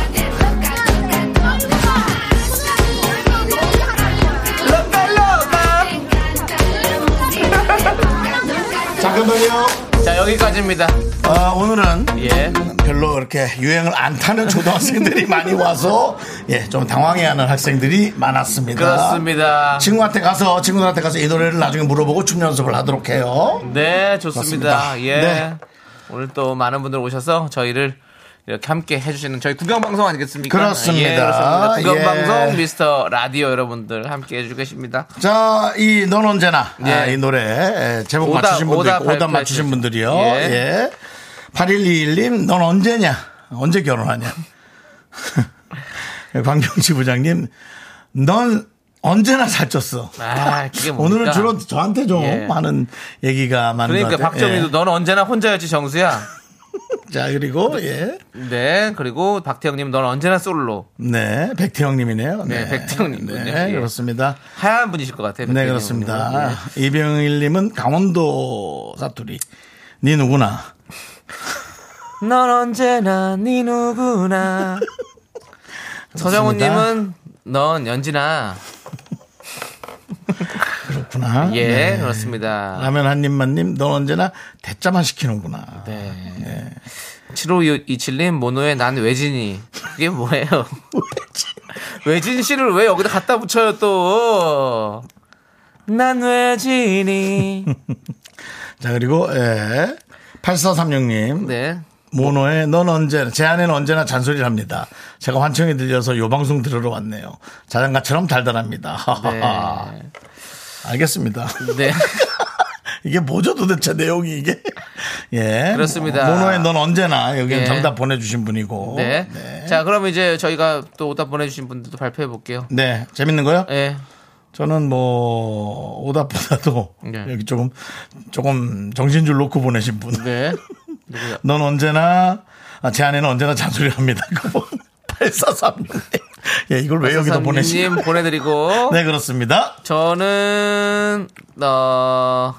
잠깐만요 자 여기까지입니다. 아, 오늘은 예. 별로 이렇게 유행을 안 타는 초등학생들이 많이 와서 예, 좀 당황해하는 학생들이 많았습니다. 그렇습니다. 친구한테 가서 친구들한테 가서 이 노래를 나중에 물어보고 춤 연습을 하도록 해요. 네, 좋습니다. 맞습니다. 예. 네. 오늘 또 많은 분들 오셔서 저희를 이렇게 함께 해주시는 저희 구경방송 아니겠습니까? 그렇습니다. 예, 그렇습니다. 구경방송 예. 미스터 라디오 여러분들 함께 해주고 계십니다. 자, 이 넌 언제나 예. 아, 이 노래 예, 제목 오답, 맞추신 분들 오답 있고 오답 발표해 맞추신 주시죠. 분들이요. 예. 예. 8121님, 넌 언제냐? 언제 결혼하냐? 방경지 부장님, 넌 언제나 살쪘어. 아, 그게 뭡니까? 오늘은 주로 저한테 좀 예. 많은 얘기가 많은 그러니까 것 같아요. 박정희도 넌 언제나 혼자였지 정수야. 예. 자 그리고 예. 네, 그리고 박태형님 넌 언제나 솔로. 네 백태형님이네요. 네, 백태형님군요. 네 예. 그렇습니다. 하얀 분이실 것 같아요. 네 박태형님은. 그렇습니다. 예. 예. 이병일님은 강원도 사투리. 니 누구나. 예. 넌 언제나 네 누구나. 서정훈님은 넌 연진아. 구나. 예, 네. 그렇습니다. 라면 한 입만님, 넌 언제나 대짜만 시키는구나. 네. 7527님 모노의 난 외진이 그게 뭐예요? 외진 씨를 왜 여기다 갖다 붙여요 또? 난 외진이. 자 그리고 예. 8436님 네. 모노의 넌 언제 제 아내는 언제나 잔소리를 합니다. 제가 환청이 들려서 요 방송 들으러 왔네요. 자장가처럼 달달합니다. 네. 어? 알겠습니다. 네. 이게 뭐죠 도대체 내용이 이게? 예. 그렇습니다. 모노의 넌 언제나 여기는 예. 정답 보내주신 분이고. 네. 네. 자, 그럼 이제 저희가 또 오답 보내주신 분들도 발표해 볼게요. 네, 재밌는 거요? 예. 저는 뭐 오답보다도 네. 여기 조금 조금 정신줄 놓고 보내신 분. 네. 누구야? 넌 언제나 아, 제 아내는 언제나 잔소리합니다. 그분 8436. 예, 이걸 왜 여기다 보내시는? 님 보내드리고. 네, 그렇습니다. 저는 어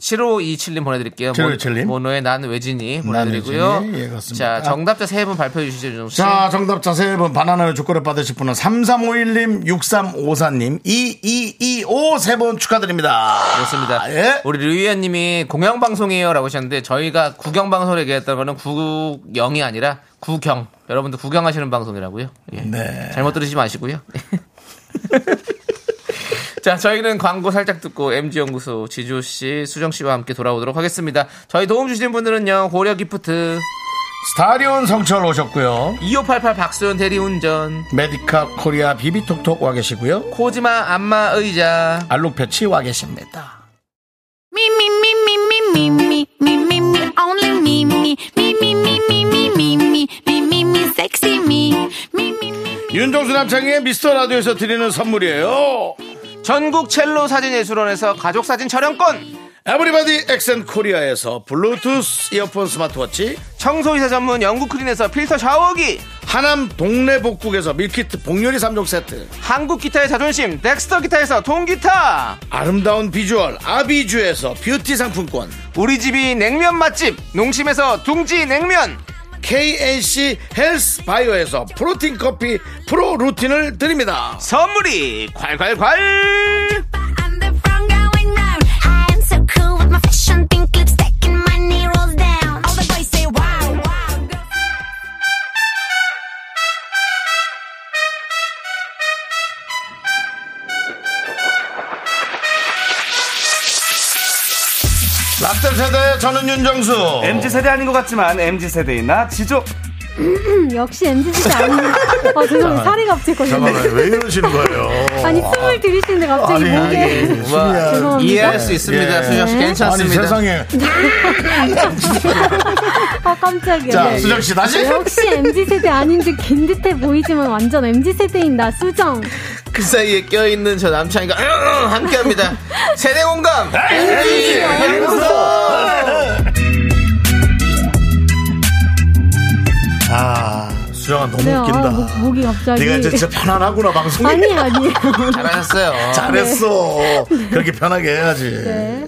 7527님 보내드릴게요. 7527 님. 모노의 난 외진이 보내드리고요. 외진이, 예, 그렇습니다. 자 정답자 세 분 발표해 주시죠. 윤정수 씨. 자, 정답자 세분 바나나의 조건을 받으실 분은 3351님, 6354님, 2225 세 번 축하드립니다. 그렇습니다. 예. 우리 류희연님이 공영방송이에요라고 하셨는데 저희가 구경방송을 얘기했던 거는 구경이 아니라 구경. 여러분들 구경하시는 방송이라고요. 예. 네. 잘못 들으시지 마시고요. 자, 저희는 광고 살짝 듣고 MG 연구소 지조 씨, 수정 씨와 함께 돌아오도록 하겠습니다. 저희 도움 주시는 분들은요. 고려 기프트, 스타리온 성철 오셨고요. 2588 박소연 대리운전, 메디카 코리아 비비톡톡 와 계시고요. 코지마 안마 의자, 알록 패치 와 계십니다. Me, me, me, me, me, me, me, me, me, me, only me, me, me, me, me, me, me, me, me, me, me, me, sexy me, me, me, me. 윤종수 남창의 미스터 라디오에서 드리는 선물이에요. 전국 첼로 사진 예술원에서 가족 사진 촬영권, 에브리바디 엑센 코리아에서 블루투스 이어폰 스마트워치, 청소이사 전문 영국 크린에서 필터 샤워기, 하남 동네 복국에서 밀키트 복요리 3종 세트, 한국 기타의 자존심, 덱스터 기타에서 통기타, 아름다운 비주얼 아비주에서 뷰티 상품권, 우리 집이 냉면 맛집, 농심에서 둥지 냉면, KNC 헬스 바이오에서 프로틴 커피 프로 루틴을 드립니다. 선물이 콸콸콸! I'm the front going round. I am so cool with my fashion, pink lipstick and my knee rolls down. All the boys say wow, wow. 락들 세대 저는 윤정수. MZ 세대 아닌 것 같지만 MZ 세대인 나 지조. 역시 MZ시대 아니에요. 어, 죄송해요. 살이 갑자기 거짓말. 잠깐만 왜 이러시는 거예요? 아니, 숨을 들이시는데 갑자기 아니, 목에. 아니, 수미야. 죄송합니다. 이해할 수 있습니다. 예. 수정 씨 네. 아니 괜찮습니다. 세상에 아, 깜짝이야. 자 네. 수정 씨 다시 역시 MZ세대 아닌 듯긴 듯해 보이지만 완전 MZ세대인 나, 수정. 그 사이에 껴있는 저 남창이가 함께합니다. 세대 공감. 예, 아 수정아 너무 네, 아, 웃긴다. 목, 목이 갑자기. 네가 이제 진짜 편안하구나 방송에 아니, 네. 아니. 잘하셨어요. 잘했어. 네. 그렇게 편하게 해야지.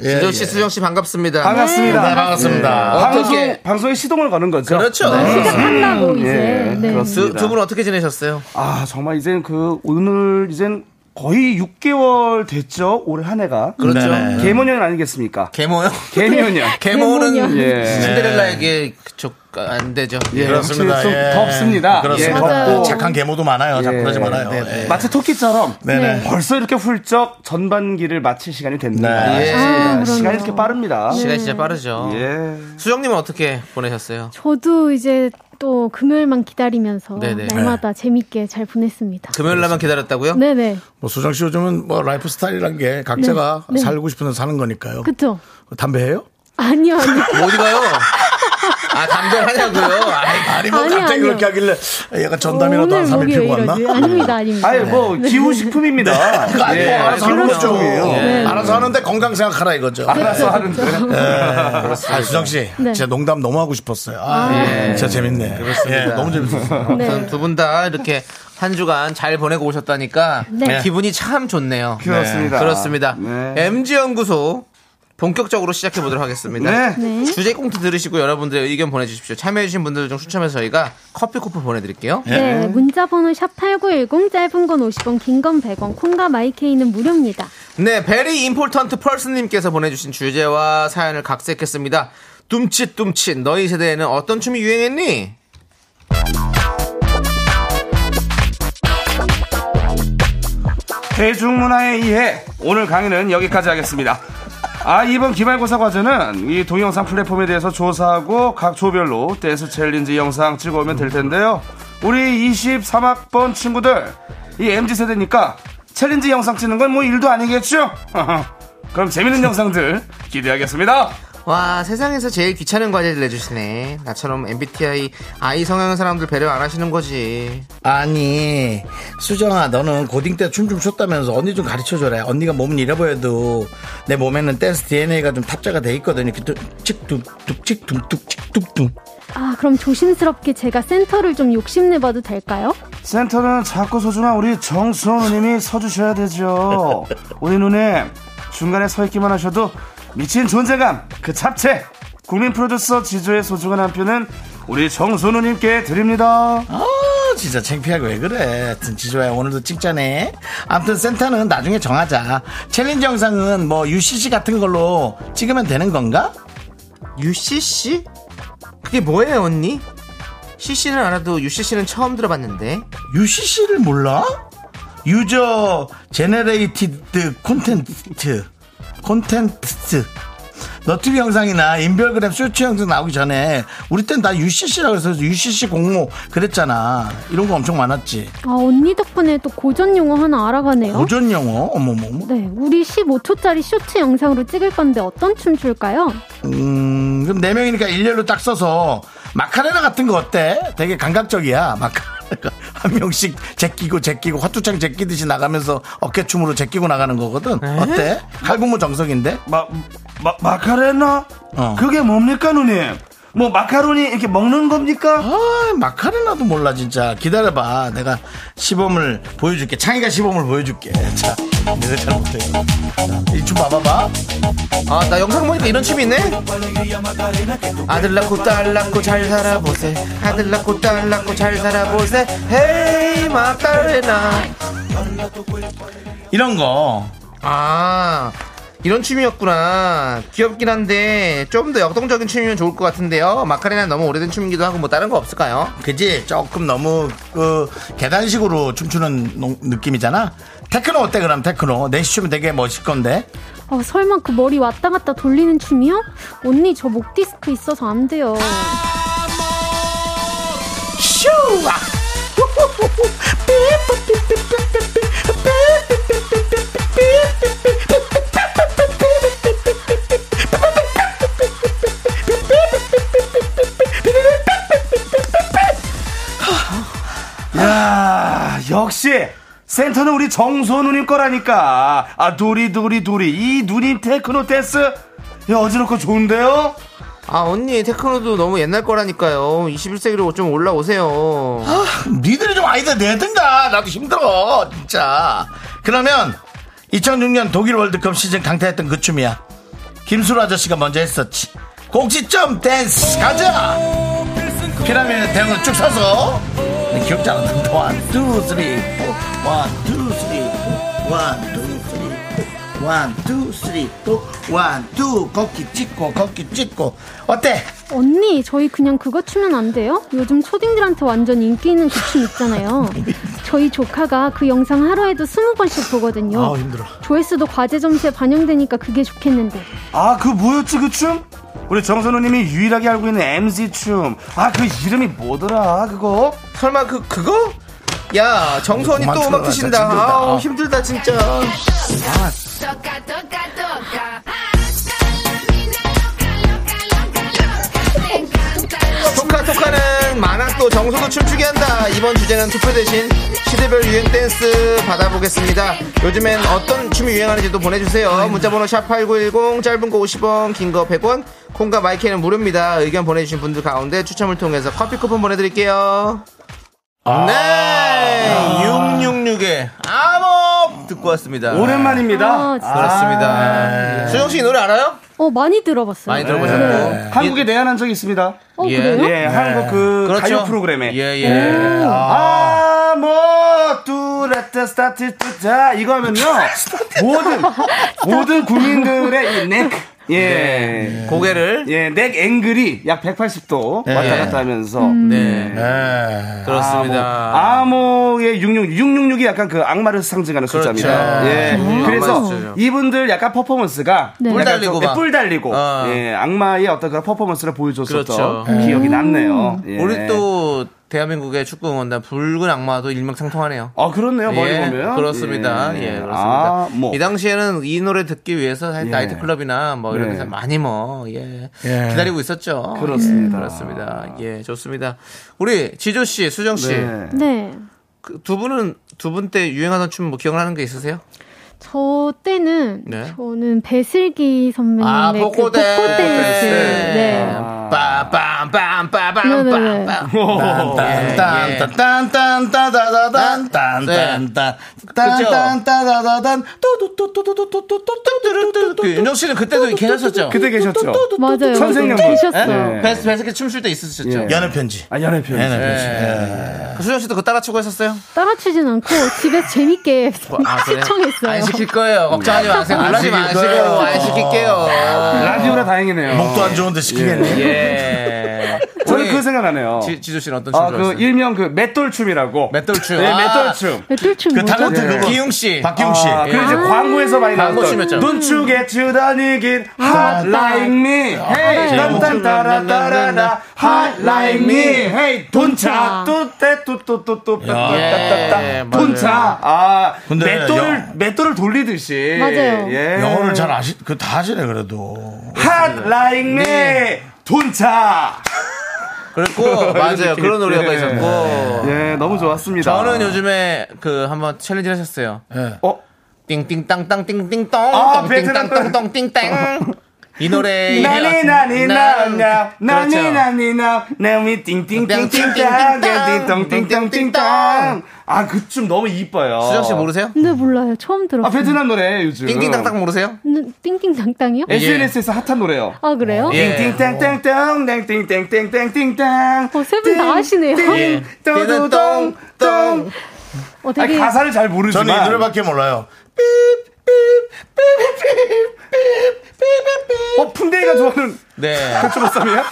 예, 수정 씨, 예. 수정 씨 반갑습니다. 네, 반갑습니다. 반갑습니다. 방송, 어떻게- 방송에 시동을 거는 거죠. 그렇죠. 네. 음, 시작한다고, 이제. 예, 네. 그렇습니다. 두 분 어떻게 지내셨어요? 아, 정말 이젠 그, 오늘 이젠 거의 6개월 됐죠? 올해 한 해가. 그렇죠. 네네. 개모년 아니겠습니까? 개모요? 개묘년. 개모는 예. 신데렐라에게 그쪽 안 되죠. 예, 네. 그렇습니다. 확실히 좀 예. 덥습니다. 그렇습니다. 예, 덥고. 착한 계모도 많아요. 자꾸 예. 그러지 말아요. 네. 예. 마치 토끼처럼 네네. 벌써 이렇게 훌쩍 전반기를 마칠 시간이 됐네요. 네. 예. 시간이 아, 그럼요. 이렇게 빠릅니다. 시간이 진짜 빠르죠. 예. 수정님은 어떻게 보내셨어요? 저도 이제 또 금요일만 기다리면서 네네. 날마다 재밌게 잘 보냈습니다. 금요일 날만 기다렸다고요? 네네. 뭐 수정 씨 요즘은 뭐 라이프 스타일이란 게 각자가 네. 네. 살고 싶은 데 사는 거니까요. 그쵸? 담배해요? 아니요, 아니요. 뭐 어디 가요? 아, 담배를 하냐고요? 아이, 아니 뭐 아니, 갑자기 아니요. 네, 그렇게 하길래 약간 전담이라도 한 3일 피고 왔나? 아닙니다, 아닙니다. 네. 아니, 뭐, 기후식품입니다. 그거 아니고 예, 알아서 하는 그렇죠. 거죠. 기후식품이에요. 예. 알아서 하는데 건강 생각하라 이거죠. 알아서 하는데. 아, 수정 씨, 그렇죠, 네. 진짜 농담 너무 하고 싶었어요. 아, 진짜 재밌네. 예, 너무 재밌었어요. 네. 두 분 다 이렇게 한 주간 잘 보내고 오셨다니까 네. 기분이 참 좋네요. 그렇습니다. 그렇습니다. 네. MG 연구소 본격적으로 시작해 보도록 하겠습니다. 네. 네. 주제 꽁트 들으시고 여러분들의 의견 보내주십시오. 참여해주신 분들 중 추첨해서 저희가 커피 쿠폰 보내드릴게요. 예. 네, 문자번호 샵8910, 짧은 건 50원, 긴 건 100원, 콩과 마이케이는 무료입니다. 네, 베리 임포턴트 펄스님께서 보내주신 주제와 사연을 각색했습니다. 둠칫둠칫 너희 세대에는 어떤 춤이 유행했니? 대중문화에 의해 오늘 강의는 여기까지 하겠습니다. 아 이번 기말고사 과제는 이 동영상 플랫폼에 대해서 조사하고 각 조별로 댄스 챌린지 영상 찍어오면 될 텐데요. 우리 23학번 친구들 이 MZ 세대니까 챌린지 영상 찍는 건 뭐 일도 아니겠죠? 그럼 재밌는 영상들 기대하겠습니다. 와 세상에서 제일 귀찮은 과제를 내주시네 나처럼 MBTI 아이 성향인 사람들 배려 안 하시는 거지 아니 수정아 너는 고딩 때 춤 좀 췄다면서 언니 좀 가르쳐줘라 언니가 몸은 잃어버려도 내 몸에는 댄스 DNA가 좀 탑재가 돼 있거든 이렇게 뚝뚝뚝뚝뚝뚝뚝뚝 아, 그럼 조심스럽게 제가 센터를 좀 욕심내봐도 될까요? 센터는 작고 소중한 우리 정수호님이 서주셔야 되죠. 우리 누님 중간에 서 있기만 하셔도 미친 존재감 그 잡채 국민 프로듀서 지조의 소중한 한 표는 우리 정수호님께 드립니다. 아 진짜 창피하게 왜 그래 지조야 오늘도 찍자네 아무튼 센터는 나중에 정하자 챌린지 영상은 뭐 UCC 같은 걸로 찍으면 되는 건가? UCC? 그게 뭐예요 언니? CC는 알아도 UCC는 처음 들어봤는데 UCC를 몰라? 유저 제네레이티드 콘텐츠 콘텐츠 너튜브 영상이나 인별그램 쇼츠 영상 나오기 전에 우리 땐 다 UCC라고 해서 UCC 공모 그랬잖아 이런 거 엄청 많았지 아, 언니 덕분에 또 고전 용어 하나 알아가네요. 고전 영어 어머머 네, 우리 15초짜리 쇼츠 영상으로 찍을 건데 어떤 춤 출까요? 음 그럼 네 명이니까 일렬로 딱 써서 마카레나 같은 거 어때? 되게 감각적이야 마카레나 한 명씩 제끼고 제끼고 화투창 제끼듯이 나가면서 어깨춤으로 제끼고 나가는 거거든 어때? 칼군무 정석인데 마, 마 마카레나? 어. 그게 뭡니까 누님? 뭐 마카로니 이렇게 먹는 겁니까? 아, 마카레나도 몰라 진짜 기다려봐 내가 시범을 보여줄게 창이가 시범을 보여줄게 자 내가 잘못해요 이춤 봐봐봐 아 나 영상 보니까 이런 춤이 있네 아들 낳고 딸 낳고 잘 살아보세 아들 낳고 딸 낳고 잘 살아보세 헤이 마카레나 이런 거 아 이런 춤이었구나 귀엽긴 한데 네, 좀 더 역동적인 춤이면 좋을 것 같은데요 마카레나 너무 오래된 춤이기도 하고 뭐 다른 거 없을까요? 그지 조금 너무 그 계단식으로 춤추는 농- 느낌이잖아 테크노 어때 그럼 테크노 내시 춤면 되게 멋있을 건데 어, 설마 그 머리 왔다 갔다 돌리는 춤이요? 언니 저 목 디스크 있어서 안 돼요. 야 역시 센터는 우리 정소 누님 거라니까 아 도리 도리 도리 이 누님 테크노 댄스 야 어지럽고 좋은데요 아 언니 테크노도 너무 옛날 거라니까요 21세기로 좀 올라오세요 아, 니들이 좀 아이디어 내든가 나도 힘들어 진짜 그러면 2006년 독일 월드컵 시즌 강타했던 그 춤이야 김수로 아저씨가 먼저 했었지 꼭지점 댄스 가자 피라미드 대응을 쭉 서서 네, 기억지 않는다 원, 투, 쓰리, 포 원, 투, 쓰리, 포 원, 투, 쓰리, 포 원, 투, 쓰리, 포 원, 투 걷기 찍고 걷기 찍고 어때? 언니, 저희 그냥 그거 추면 안 돼요? 요즘 초딩들한테 완전 인기 있는 그 춤 있잖아요. 저희 조카가 그 영상 하루에도 스무 번씩 보거든요. 아우, 힘들어. 조회수도 과제 점수에 반영되니까 그게 좋겠는데. 아 그 뭐였지 그 춤 우리 정소 누님이 유일하게 알고 있는 MZ 춤아 그 이름이 뭐더라 그거 설마 그 그거? 야 정수 언니 또 그만 음악 틀어라, 진짜 드신다 힘들다. 아우 아, 힘들다 진짜 토카토카는 만학도 정수도 춤추게 한다 이번 주제는 투표 대신 시대별 유행 댄스 받아보겠습니다 요즘엔 어떤 춤이 유행하는지도 보내주세요 문자번호 샵8910 짧은 거 50원 긴 거 100원 콩과 마이크는 무료입니다 의견 보내주신 분들 가운데 추첨을 통해서 커피 쿠폰 보내드릴게요 아. 네 666의 암호 듣고 왔습니다 오랜만입니다 예. 아, 진짜. 그렇습니다 네. 수정씨 이 노래 알아요? 어, 많이 들어봤어요. 많이 들어보셨고 네. 한국에 내한한 적이 있습니다 어, 예, 그렇죠. 그래요? 예 한국 그 가요 프로그램에 네. 예예 예. 아, 뭐, 뚜라따, 스타트, 뚜자. 이거 하면요. 모든, 모든 국민들의 이 넥, 네. 예. 고개를 예, 넥 앵글이 약 180도 왔다 갔다 하면서. 네 뭐. 네. 아, 뭐. 그렇습니다. 암호의 666, 666이 약간 그 악마를 상징하는 그렇죠. 숫자입니다. 예. 음, 그래서 악마의 숫자죠. 이분들 약간 퍼포먼스가 네. 뿔 약간 달리고 좀, 예, 막. 뿔 달리고 아. 예, 악마의 어떤 그런 퍼포먼스를 보여줬었던 그렇죠. 기억이 남네요. 예. 우리 또 대한민국의 축구 응원단 붉은 악마도 일명상통하네요. 아 그렇네요. 머리 예, 보면 그렇습니다. 예, 그렇습니다. 아, 뭐. 이 당시에는 이 노래 듣기 위해서 사실 예. 나이트클럽이나 뭐 이런 예. 데서 많이 뭐, 예, 예. 기다리고 있었죠. 그렇습니다. 예, 그렇습니다. 예, 좋습니다. 우리 지조씨, 수정씨, 네. 네. 그두 분은 두 분 때 유행하던 춤 뭐 기억나는 게 있으세요? 저 때는 네. 저는 배슬기 선배님의 아, 그 복고 댄스. 댄스. 네. 네네네. 예, 아, 네. 그 윤정 씨는 그때도 계셨었죠? 그때 계셨죠? 맞아요. 선생님. 되셨어요. 네. 베스 베스켓 춤출 때 있으셨죠? 연애 편지. 아, 연애 표현. 연애 편지. 그 수정 씨도 그 따라 추고 했었어요? 따라추진 않고 집에서 재밌게 아, 그래요? 시청했어요. 안 시킬 거예요. 걱정하지 마세요. 놀라지 안 시킬 마시고 거예요. 안 시킬게요. 라디오라 다행이네요. 목도 안 좋은데 시키겠네. 예. 저는 우리 그 생각나네요. 지, 지조 씨는 어떤 춤 아, 좋아했어요? 그 일명 그 맷돌춤이라고. 맷돌춤. 네, 아, 맷돌춤. 외출춤 그 뭐죠? 탤런트 예. 그거. 기웅 씨. 박기웅 씨. 아, 그리고 이제 예. 광고에서 많이 광고 나왔던 춤이었죠. 눈축에 주다니긴 Hot like me 음. Hey 뭐 딴딴따라따라라 Hot like me Hey 돈차 뚜떼뚜뚜뚜뚜 예, 맞아요. 돈차 아 근데 맷돌을 영- 맷돌을 돌리듯이 맞아요. 예. 영어를 잘 아시, 그 다 하시네, 그래도. Hot like me 네. 돈차 그리고 맞아요. 그런 노래가 예. 있었고. 예 너무 좋았습니다 저는 요즘에 그 한번 챌린지 를 하셨어요. 예. 어? 띵띵땅땅 띵띵똥 아, 베트남 띵띵땅땅 띵땡 이 노래 나니 나니 나냐 나니 그렇죠. 나니 나 네, 나미 띵띵띵띵땅 띵띵띵띵띵땅 어. 아그춤 너무 이뻐요 수정 씨 모르세요? 근데 몰라요. 처음 들어. 아 봤 베트남 노래 요즘 띵띵땅땅 모르세요? 띵띵당당이요? SNS에서 핫한 노래요 아 그래요? 예. 띵띵땡땡땡 땡땡땡땡땡땡 어, 세분다 아시네요. 예. 똥똥똥 어 아 되게 가사를 잘 저는 모르지만 이 노래밖에 몰라요. 어 풍뎅이가 좋아하는 네. 추로쌈이야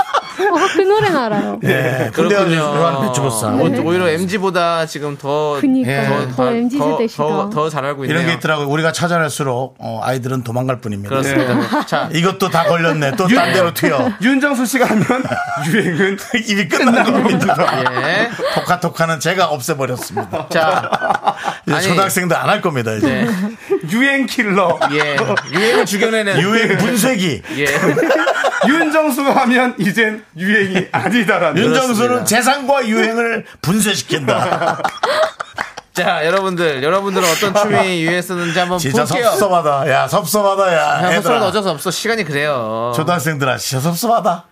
그 노래는 알아요. 네, 예, 군대 가서 좋아하는 배추보쌈. 네. 어, 오- 오히려 MG보다 지금 더. 그니까 예. 요더 MZ 더, 세대시다. 더, 더 잘 알고 있네요. 이런 게 있더라고요. 우리가 찾아낼수록 어, 아이들은 도망갈 뿐입니다. 네. 그렇습니다. 자, 이것도 다 걸렸네. 또 딴 데로 튀어. 윤정수 씨가 하면 유행은 입이 끝난 겁니다. 예. 토카토카는 제가 없애버렸습니다. 자, 이제 아니. 초등학생도 안 할 겁니다. 이제. 네. 유행 킬러. 예. 유행을 죽여내는. 유행 분쇄기. 예. 윤정수가 하면 이젠 유행이 아니다라는. 윤정수는 재산과 유행을 분쇄시킨다. 자, 여러분들, 여러분들은 어떤 춤이 유행했었는지 한번 진짜 볼게요. 섭섭하다. 야, 섭섭하다. 야, 섭섭은 얘들아. 어쩔 수 없어. 시간이 그래요. 초등학생들아, 진짜 섭섭하다.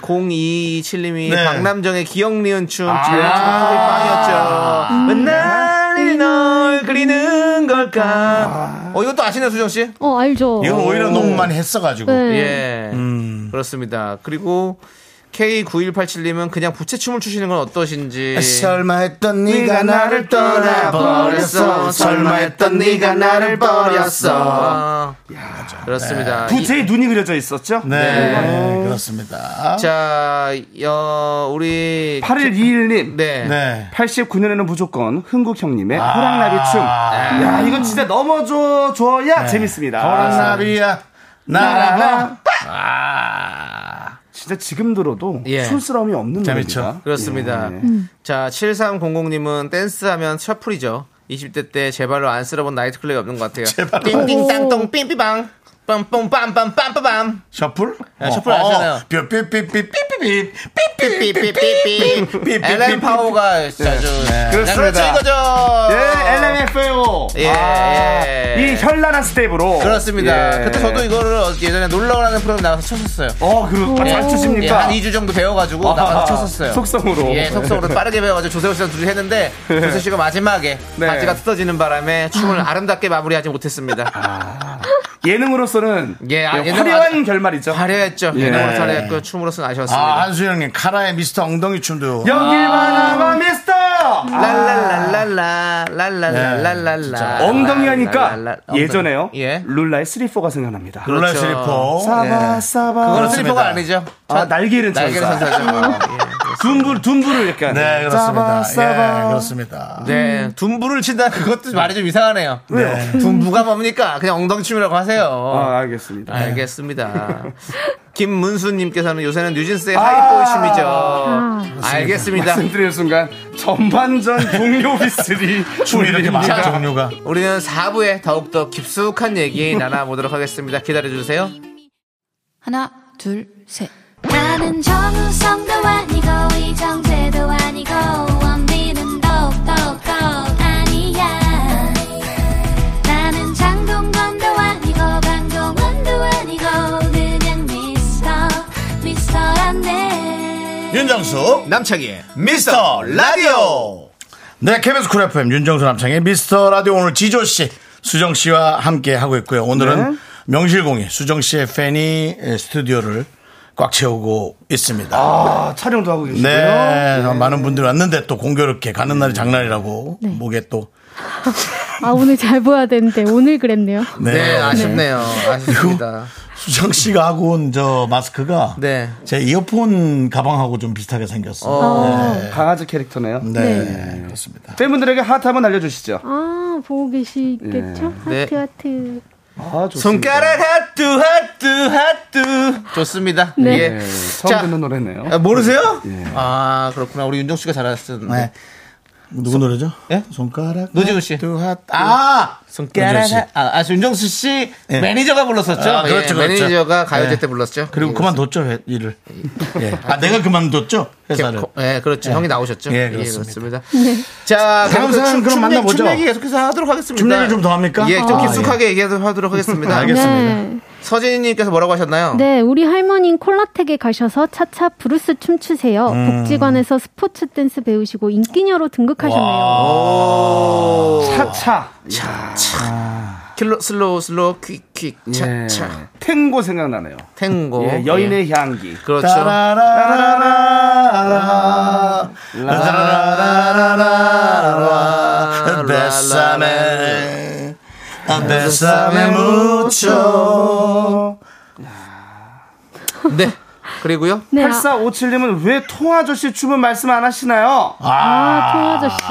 K0227님이 네. 아. 박남정의 기억 니은 춤, 기억 춤 빵이었죠. 음. 음. 맨날 널 그리는 아. 걸까. 어, 이것도 아시네, 수정씨? 어 알죠. 이건 오히려 너무 많이 했어가지고. 네. 예. 그렇습니다. 그리고 K9187님은 그냥 부채춤을 추시는 건 어떠신지. 설마 했던 예. 네가 나를 떠나버렸어. 설마 했던 네가 나를 네. 버렸어. 아, 그렇습니다. 이- 부채에 눈이 그려져 있었죠? 네, 그렇습니다. 자, 어, 우리 8121님. 네. 네. 89년에는 무조건 흥국 형님의 아. 호랑나비 춤. 네. 야, 이거 진짜 넘어줘 줘야 재밌습니다. 아, 네. 호랑나비야, 날아가. 진짜 지금 들어도 예. 촌스러움이 없는 재밌죠? 네. 노래입니다. 그렇습니다. 자, 7300님은 댄스하면 셔플이죠. 20대 때 제발로 안 쓸어본 나이트클럽이 없는 것 같아요. 띵띵 땅똥 삥삐빵 빰뽕 빰빰 빰빰빰 셔플? 어, 네, 셔플 아시잖아요. 삐삐삐삐삐 엘렌 파워가 자주 네. 그렇습니다. 그렇죠 이거죠. 예, LMFAO. 예, 예. 이 현란한 스텝으로. 그렇습니다. 예. 그때 저도 이거를 예전에 놀러라는 프로그램 나가서 쳤었어요. 어, 그럼 아, 잘 예, 추십니까? 한 2주 정도 배워가지고 아, 나가서 쳤었어요. 속성으로. 예, 속성으로 빠르게 배워가지고 조세호 씨랑 둘이 했는데 조세호 씨가 마지막에 네. 바지가 뜯어지는 바람에 춤을 아름답게 마무리하지 못했습니다. 예능으로서는 예, 아, 예능 아. 네, 화려한 아주- 결말이죠. 화려했죠. 예. 예능으로 잘했고 춤으로서는 아쉬웠습니다. 아, 한수영님, 카라의 미스터 엉덩이 춤도. 여길 아. 바라봐 미스터. 아. 랄랄랄랄라 랄랄랄랄라 진짜. 엉덩이 하니까 랄랄랄라, 엉덩이. 예전에요. 예. 룰라의 3,4가 생각납니다. 그렇죠. 롤라 슬리퍼. 예. 사바 사바. 그거는 슬리퍼가 아니죠. 아, 날개는 날개는 천사. 천사죠. 둔불 둔불을 약간. 네, 사바 그렇습니다. 사바. 예, 그렇습니다. 네, 둔부를 친다 그것도 말이 좀 이상하네요. 왜요? 둔부가 뭡니까? 그냥 엉덩춤이라고 하세요. 아, 알겠습니다. 알겠습니다. 김문수님께서는 요새는 뉴진스의 아. 하이보이춤이죠. 알겠습니다. 말씀드리는 순간 전반전 동료 비스리 춤이 이렇게 많은 종류가. 우리는 4부에 더욱더 깊숙한 얘기 나눠보도록 하겠습니다. 기다려주세요. 하나, 둘, 셋. 나는 정우성도 아니고 이정재도 아니고 원빈은 더욱더 아니야 나는 장동건도 아니고 강동원도 아니고 그냥 미스터 미스터란데 윤정수 남창희의 미스터 라디오 네 KBS 쿨 FM 윤정수 남창희의 미스터 라디오 오늘 지조씨 수정씨와 함께 하고 있고요 오늘은 명실공히 수정씨의 팬이 스튜디오를 꽉 채우고 있습니다 아, 촬영도 하고 계시고요. 네, 많은 분들이 왔는데 또 공교롭게 가는 날이 장날이라고 목에 또 아 오늘 잘 보여야 되는데 오늘 그랬네요. 네, 네, 아쉽네요. 아쉽습니다. 수정 씨가 하고 온 저 마스크가 네. 제 이어폰 가방하고 좀 비슷하게 생겼어요. 어, 강아지 캐릭터네요. 네, 그렇습니다. 팬분들에게 하트 한번 알려주시죠. 아 보고 계시겠죠? 네. 하트 하트. 아, 좋습니다. 손가락 핫뚜 핫뚜 핫뚜 좋습니다. 네. 예. 네, 처음 자, 듣는 노래네요. 아, 모르세요? 아 그렇구나. 우리 윤정 씨가 잘하셨는데. 예. 네. 누구 노래죠? 예? 손가락. 노지훈 씨. 아! 손가락 윤정수 씨. 하- 아, 아 윤정수 씨 예. 매니저가 불렀었죠. 아, 예, 그렇죠, 그렇죠. 매니저가 가요제 예. 때 불렀죠. 그리고 예, 그만뒀죠, 회- 일을. 예. 아, 내가 그만뒀죠? 그렇습니다. 회사를. 코- 예, 그렇죠. 형이 나오셨죠. 예, 그렇습니다. 네. 자, 다음 계속해서 사연 춤- 그럼 춤 만나보죠. 얘기- 춤 얘기 계속해서 하도록 하겠습니다. 춤 얘기 좀더 합니까? 예, 좀 아, 깊숙하게 얘기하도록 하겠습니다. 알겠습니다. 네. 서진이님께서 뭐라고 하셨나요? 네, 우리 할머니인 콜라텍에 가셔서 차차 브루스 춤추세요. 복지관에서 스포츠 댄스 배우시고 인기녀로 등극하셨네요. 차차. 킬로 슬로우 슬로우 퀵퀵 예. 차차 탱고 생각나네요. 탱고 예, 여인의 향기. 그렇죠. 따라라라라, 따라라라라라, 뱃살에, 뱃살에 묻혀. 네. 그리고요. 네, 아, 8457님은 왜 통아저씨 춤은 말씀 안 하시나요? 아, 통아저씨.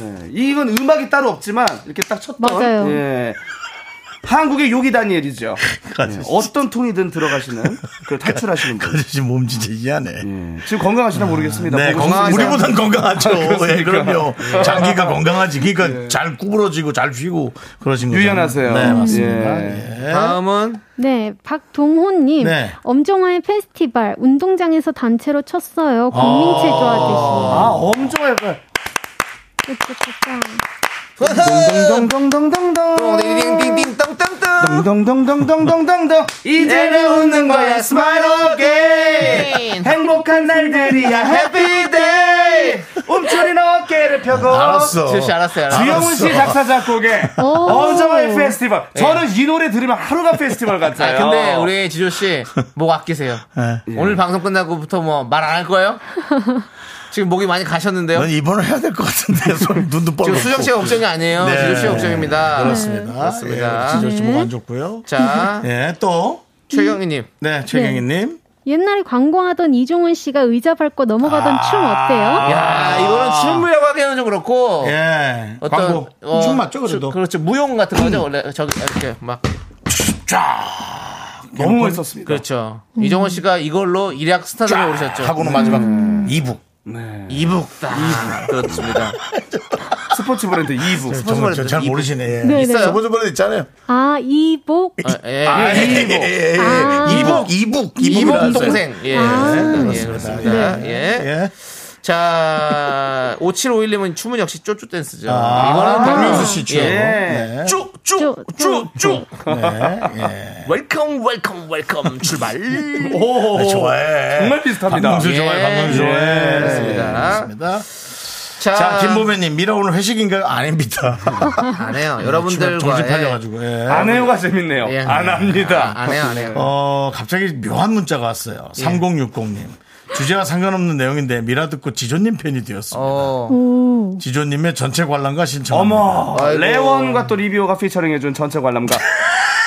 네. 이건 음악이 따로 없지만 이렇게 딱 쳤던 맞아요. 예. 한국의 요기 다니엘이죠. 예, 음. 어떤 통이든 들어가시는 그 탈출하시는 분. 아저씨 몸 진짜 희한해. 예. 지금 그러니까 건강하시나 모르겠습니다. 네, 보고 건강, 싶습니다. 우리보단 건강하죠. 아, 그렇습니까? 예. 예, 그럼요. 장기가 건강하지. 그러니까 잘 구부러지고 잘 쉬고 그러신 거죠. 유연하세요. 네, 맞습니다. 예. 다음은 네, 박동호님. 네. 엄정화의 페스티벌, 운동장에서 단체로 쳤어요. 국민체조 아, 엄청 약간 하듯이. 동동동동동동동 띵띵띵 똥땅땅. 동동동동동동동 이제는 웃는 거야 스마일 어게인 네. 행복한 날들이야 해피데이 움츠린 어깨를 펴고 알았어. 지효 씨 알았어요. 알았어요. 주영훈 씨 작사 작곡의 오. 엄정화의 페스티벌. 저는 이 노래 들으면 하루가 페스티벌 아, 같아요. 네. 근데 우리 지조 씨, 목 아끼세요. 네. 오늘 방송 끝나고부터 뭐, 말 안 할 거예요? 지금 목이 많이 가셨는데요? 넌 입원을 해야 될 것 같은데 손 눈도 뻘겋고. 지금 수정 씨가 걱정이 아니에요. 네. 지조 씨가 걱정입니다. 그렇습니다. 그렇습니다. 예, 지조 네. 씨목안 좋고요. 자, 예, 또. 최경희님. 네, 최경희님. 옛날에 광고하던 이종원 씨가 의자 밟고 넘어가던 춤 어때요? 야, 이거는 춤이라고 하기에는 좀 그렇고. 아. 예. 광고. 네. 어, 춤 맞죠, 그래도? 음. 그러니까. 춤, 그렇죠. 무용 같은 거죠, 원래. 저기, 이렇게 막. 그 너무 멋있었습니다. 그렇죠. 이정원 씨가 이걸로 일약 스타들을 오르셨죠. 하고는 마지막 이북. 이북다. 그렇습니다. 스포츠 브랜드 2부. 정말 저잘 모르시네. 예. 네, 네. 저번에 번에 있잖아요. 아, 이복. 어, 예. 아, 예, 예, 예, 예. 아. 이북, 이북, 이복 이북이라고 동생. 네. 예. 아. 예, 그렇습니다. 예. 써요. 예. 자, 5751님은 춤은 역시 쪼쪼 댄스죠. 아, 이거는 박명수 씨 주. 예. 네. 쪼, 쪼. 쭉쭉쭉 네. 예. 웰컴 웰컴 웰컴 출발. 오, 네, 좋아해. 정말 비슷합니다. 박명수 예. 좋아해, 박명수 좋아해. 예, 그렇습니다. 그렇습니다. 아. 자, 김보배님, 미라 오늘 회식인가요? 아닙니다. 안 해요. 춤에 여러분들과 정신 팔려가지고, 예. 안 해요가 재밌네요. 예. 안 아, 합니다. 안 해요, 안 해요. 어, 갑자기 묘한 문자가 왔어요. 예. 3060님. 주제와 상관없는 내용인데 미라 듣고 지조님 편이 되었습니다. 어. 오. 지조님의 전체 관람과 신청. 어머, 아이고. 레원과 또 리비오가 피처링해준 전체 관람가.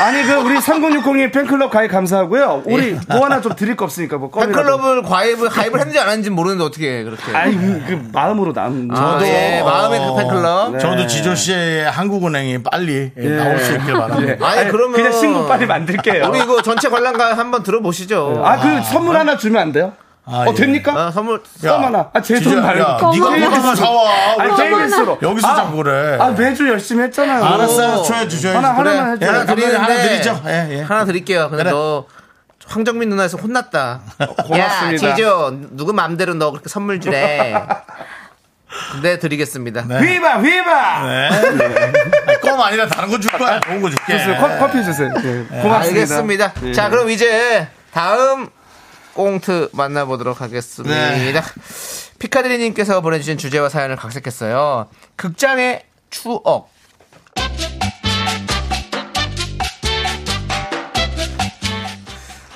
아니, 그, 우리 3060님 팬클럽 가입 감사하고요. 우리 뭐 하나 좀 드릴 거 없으니까, 뭐, 껌이라도. 예. 팬클럽을 가입을 가입을 했는지 안 했는지 모르는데 어떻게 해, 그렇게. 아니, 그, 마음으로 남. 아, 저도. 어. 예, 마음의 그 팬클럽. 어, 네. 저도 지조 씨의 한국은행이 빨리 예. 나올 수 있길 바랍니다. 네. 아니, 그러면 네. 그냥 신곡 빨리 만들게요. 우리 이거 전체 관람가 한번 들어보시죠. 아, 그 선물 하나 주면 안 돼요? 아, 어, 예. 됩니까? 아, 선물 야, 껌 하나. 아, 제 지조야, 돈 말고. 야, 네가 껌 어디서 하나. 사와. 아니, 왜 KBS로. 여기서 자꾸 그래. 아, 매주 열심히 했잖아요. 알았어, 오. 알았어. 줘야 주셔야지. 하나, 그래. 하나만 해줘요. 예, 하나 드리는데 하나 드리죠. 예, 예. 하나 드릴게요. 근데 그래. 너 황정민 누나에서 혼났다. 네. 어, 고맙습니다. 야, 지조 누구 마음대로 너 그렇게 선물 주래. 근데 드리겠습니다. 휘바, 휘바! 네. 아니, 껌 아니라 다른 거 줄 거야. 좋은 거 줄게. 주세요. 커- 커피 주세요. 네. 고맙습니다. 알겠습니다. 예. 자, 그럼 이제 다음 꽁트 만나보도록 하겠습니다. 네. 피카드리님께서 보내주신 주제와 사연을 각색했어요. 극장의 추억.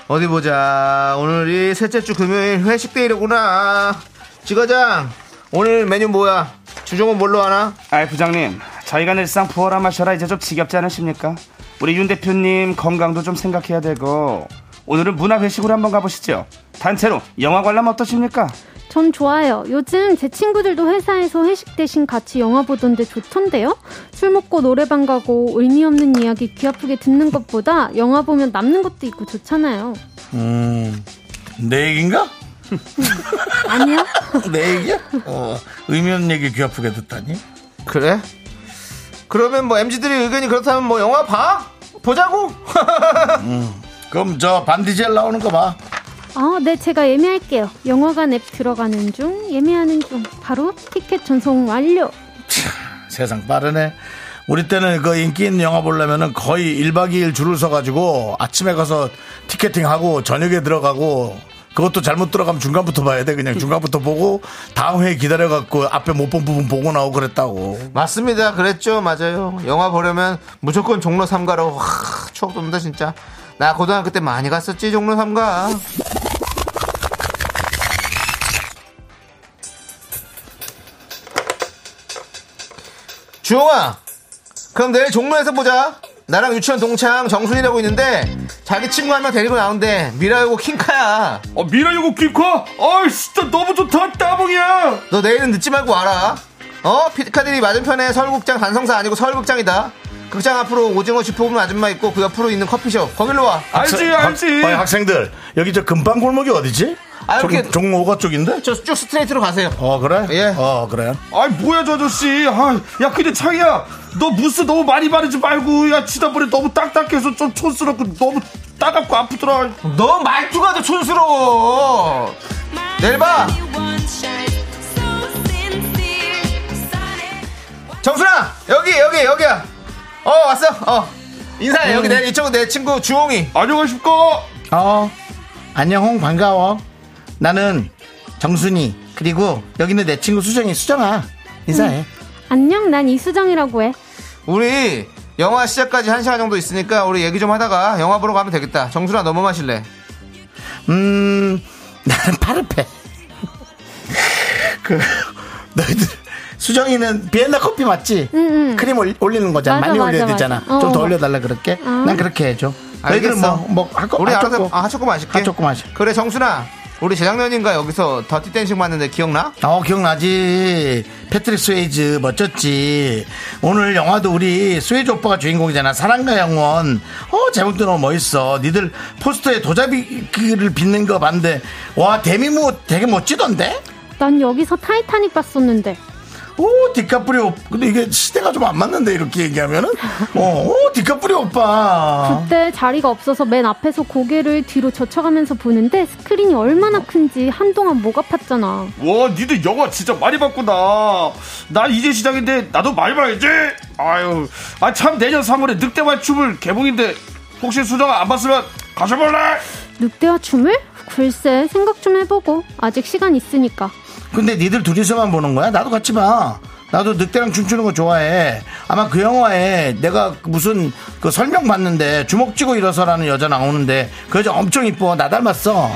어디 보자. 오늘이 셋째 주 금요일 회식데이로구나. 지과장, 오늘 메뉴 뭐야? 주종은 뭘로 하나? 아이 부장님 저희가 늘상 부어라 마셔라 이제 좀 지겹지 않으십니까? 우리 윤 대표님 건강도 좀 생각해야 되고 오늘은 문화 회식으로 한번 가보시죠 단체로 영화 관람 어떠십니까? 전 좋아요. 요즘 제 친구들도 회사에서 회식 대신 같이 영화 보던데 좋던데요? 술 먹고 노래방 가고 의미 없는 이야기 귀 아프게 듣는 것보다 영화 보면 남는 것도 있고 좋잖아요. 내 얘기인가? 아니요? 내 얘기야? 어, 의미 없는 얘기 귀 아프게 듣다니. 그래? 그러면 뭐 MG들의 의견이 그렇다면 뭐 영화 봐? 보자고? 음. 그럼 저 반디젤 나오는 거 봐. 아, 네, 제가 예매할게요. 영화관 앱 들어가는 중, 예매하는 중, 바로 티켓 전송 완료. 세상 빠르네. 우리 때는 그 인기 있는 영화 보려면은 거의 1박 2일 줄을 서가지고 아침에 가서 티켓팅하고 저녁에 들어가고 그것도 잘못 들어가면 중간부터 봐야 돼. 그냥 중간부터 보고 다음 회에 기다려갖고 앞에 못 본 부분 보고 나오고 그랬다고. 맞습니다. 그랬죠. 맞아요. 영화 보려면 무조건 종로 3가로 와, 추억 돋는다 진짜. 나 고등학교 때 많이 갔었지 종로 3가. 주홍아, 그럼 내일 종로에서 보자. 나랑 유치원 동창 정순이라고 있는데 자기 친구 한 명 데리고 나온대 미라요고 킹카야 어, 미라요구 기커? 어이, 진짜 너무 좋다, 따봉이야! 너 내일은 늦지 말고 와라 어? 피디카들이 맞은편에 서울극장 단성사 아니고 서울극장이다 극장 앞으로 오징어 짚어보는 아줌마 있고 그 옆으로 있는 커피숍 거길로 와 알지, 학- 알지! 아니, 학생들 여기 저 금방 골목이 어디지? 아, 저기 이렇게- 종로가 쪽인데? 저 쭉 스트레이트로 가세요 어 그래? 예. 어 그래. 아이, 뭐야, 저 아저씨. 아, 야, 근데 창이야. 너 무스 너무 많이 바르지 말고. 야, 지난번에 너무 딱딱해서 좀 촌스럽고 너무 따갑고 아프더라. 너 말투가 더 촌스러워 내일 봐 정순아 여기 여기 여기야 어 왔어 어 인사해 여기 내 이쪽은 내 친구 주홍이 안녕하십니까? 어 안녕 홍 반가워. 나는 정순이 그리고 여기는 내 친구 수정이 수정아 인사해. 안녕, 난 이수정이라고 해. 음. 우리 영화 시작까지 한시간 정도 있으니까 우리 얘기 좀 하다가 영화 보러 가면 되겠다 정순아 넘어 마실래 음, 나는 파르페. 그, 너희들, 수정이는 비엔나 커피 맞지? 응, 응. 크림 올, 리는 거잖아. 맞아, 많이 맞아, 올려야 맞아. 되잖아. 어, 좀 더 어. 올려달라 그럴게. 난 그렇게 해줘. 너희들은 알겠어. 뭐, 뭐, 할 거, 우리 할 알아서 거. 아, 핫초코 마실게. 핫초코 마셔. 그래, 정순아. 우리 재작년인가 여기서 더티 댄싱 봤는데 기억나? 어, 기억나지. 패트릭 스웨이즈 멋졌지. 오늘 영화도 우리 스웨이즈 오빠가 주인공이잖아. 사랑과 영원. 어, 제목도 너무 멋있어. 니들 포스터에 도자기를 빚는 거 봤는데, 와, 데미모 되게 멋지던데? 난 여기서 타이타닉 봤었는데. 오 디카프리오 근데 이게 시대가 좀 안 맞는데 이렇게 얘기하면은 어, 오 디카프리오 오빠 그때 자리가 없어서 맨 앞에서 고개를 뒤로 젖혀가면서 보는데 스크린이 얼마나 큰지 한동안 목 아팠잖아. 와, 니들 영화 진짜 많이 봤구나. 나 이제 시작인데 나도 많이 봐야지. 아유, 아 참 내년 3월에 늑대와 춤을 개봉인데 혹시 수정아 안 봤으면 가셔볼래? 늑대와 춤을? 글쎄, 생각 좀 해보고. 아직 시간 있으니까. 근데 니들 둘이서만 보는 거야 나도 같이 봐 나도 늑대랑 춤추는 거 좋아해 아마 그 영화에 내가 무슨 그 설명 봤는데 주먹 쥐고 일어서라는 여자 나오는데 그 여자 엄청 이뻐 나 닮았어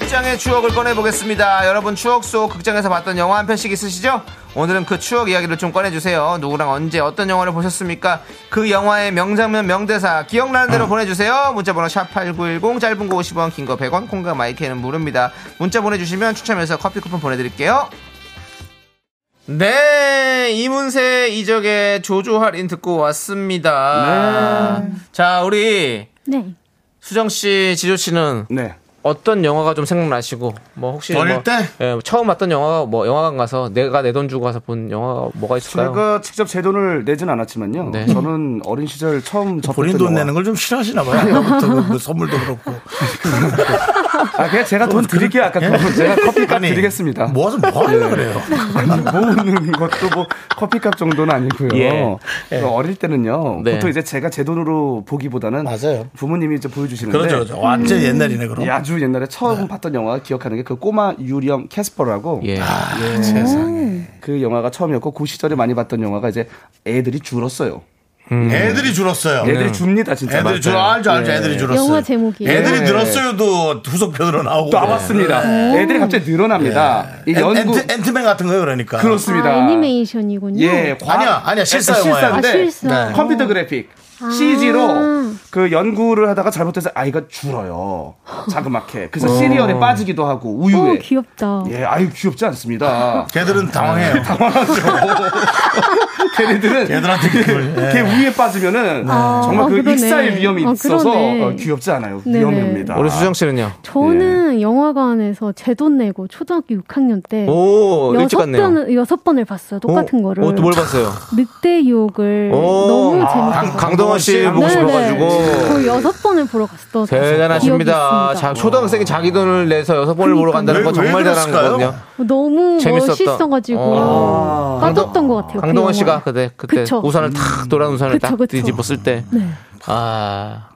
극장의 추억을 꺼내보겠습니다. 여러분 추억 속 극장에서 봤던 영화 한 편씩 있으시죠? 오늘은 그 추억 이야기를 좀 꺼내주세요. 누구랑 언제 어떤 영화를 보셨습니까? 그 영화의 명장면 명대사 기억나는 대로 보내주세요. 문자번호 샵8910 짧은 거 50원 긴 거 100원 콩과 마이크는 무료입니다. 문자 보내주시면 추첨해서 커피 쿠폰 보내드릴게요. 네, 이문세 이적의 조조할인 듣고 왔습니다. 자, 우리 네. 수정 씨, 지조 씨는 네. 어떤 영화가 좀 생각나시고 뭐 혹시 어릴 뭐, 때? 예, 처음 봤던 영화가 뭐 영화관 가서 내가 내 돈 주고 가서 본 영화가 뭐가 있을까요? 제가 직접 제 돈을 내진 않았지만요. 네. 저는 어린 시절 처음 접했던 본인 돈 영화. 내는 걸 좀 싫어하시나 봐요 아까부터 그, 그 선물도 그렇고 아, 그냥 제가 돈 드릴게요. 아까 그 제가 커피값 예? 아니, 드리겠습니다. 네. 모아서 뭐 하려고 그래요 아니, 모으는 것도 뭐 커피값 정도는 아니고요. 예. 그래서 어릴 때는요. 네. 보통 이제 제가 제 돈으로 보기보다는 맞아요. 부모님이 이제 보여주시는데 그렇죠 그렇죠 완전 음. 옛날이네 그럼 이 아주 옛날에 처음 네. 봤던 영화 기억하는 게 그 꼬마 유리엄 캐스퍼라고 예. 음. 그 영화가 처음이었고 그 시절에 많이 봤던 영화가 이제 애들이 줄었어요. 음. 음. 애들이 줄었어요 애들이 줍니다 진짜. 애들이 줄 알죠 알죠 아, 애들이 줄었어요 네. 영화 제목이. 애들이 예. 늘었어요도 후속편으로 나오고 예. 또 네. 와봤습니다. 애들이 갑자기 늘어납니다. 이 엔- 연구 앤트, 앤트맨 같은 거요 그러니까 그렇습니다. 아, 애니메이션이군요. 예, 과- 음. 아니야, 아니야, 실사 에, 영화예요. 실사인데 아, 실사. 아. 네. 컴퓨터 그래픽 CG로 그 연구를 하다가 잘못해서 아이가 줄어요. 자그맣게. 그래서 어. 시리얼에 빠지기도 하고 오, 그 우유에. 어, 귀엽다. 예, 아유 귀엽지 않습니다. 걔들은 아, 당황해요. 걔네들은 걔들한테 그걸, 예. 걔 우유에 빠지면은 정말 아, 그 그러네. 익사의 위험이 아, 있어서 그러네. 어, 귀엽지 않아요. 네네. 위험합니다. 우리 수정 씨는요? 저는 예. 영화관에서 제 돈 내고 초등학교 6학년 때 오, 일찍 여섯 갔네요. 번을 여섯 번을 봤어요. 어, 똑같은 오, 거를. 오, 또뭘 봤어요? 늑대 유혹을 오, 너무 아, 재밌게 강- 강동원 씨 봤어요. 보고 네네. 싶어가지고. 거의 여섯 번을 보러 갔어. 대단하십니다. 기억이 자, 있습니다. 초등학생이 자기 돈을 내서 여섯 번을 보러 간다는 건 왜- 왜 정말 대단한 그랬을까요? 거거든요. 어, 너무 재밌었던- 멋있어가지고 아. 빠졌던 것 같아요. 그 강동원 영화에. 씨가 그때 그때 그쵸. 우산을 탁 노란 우산을 그쵸, 딱 그쵸. 뒤집었을 때 네. 아,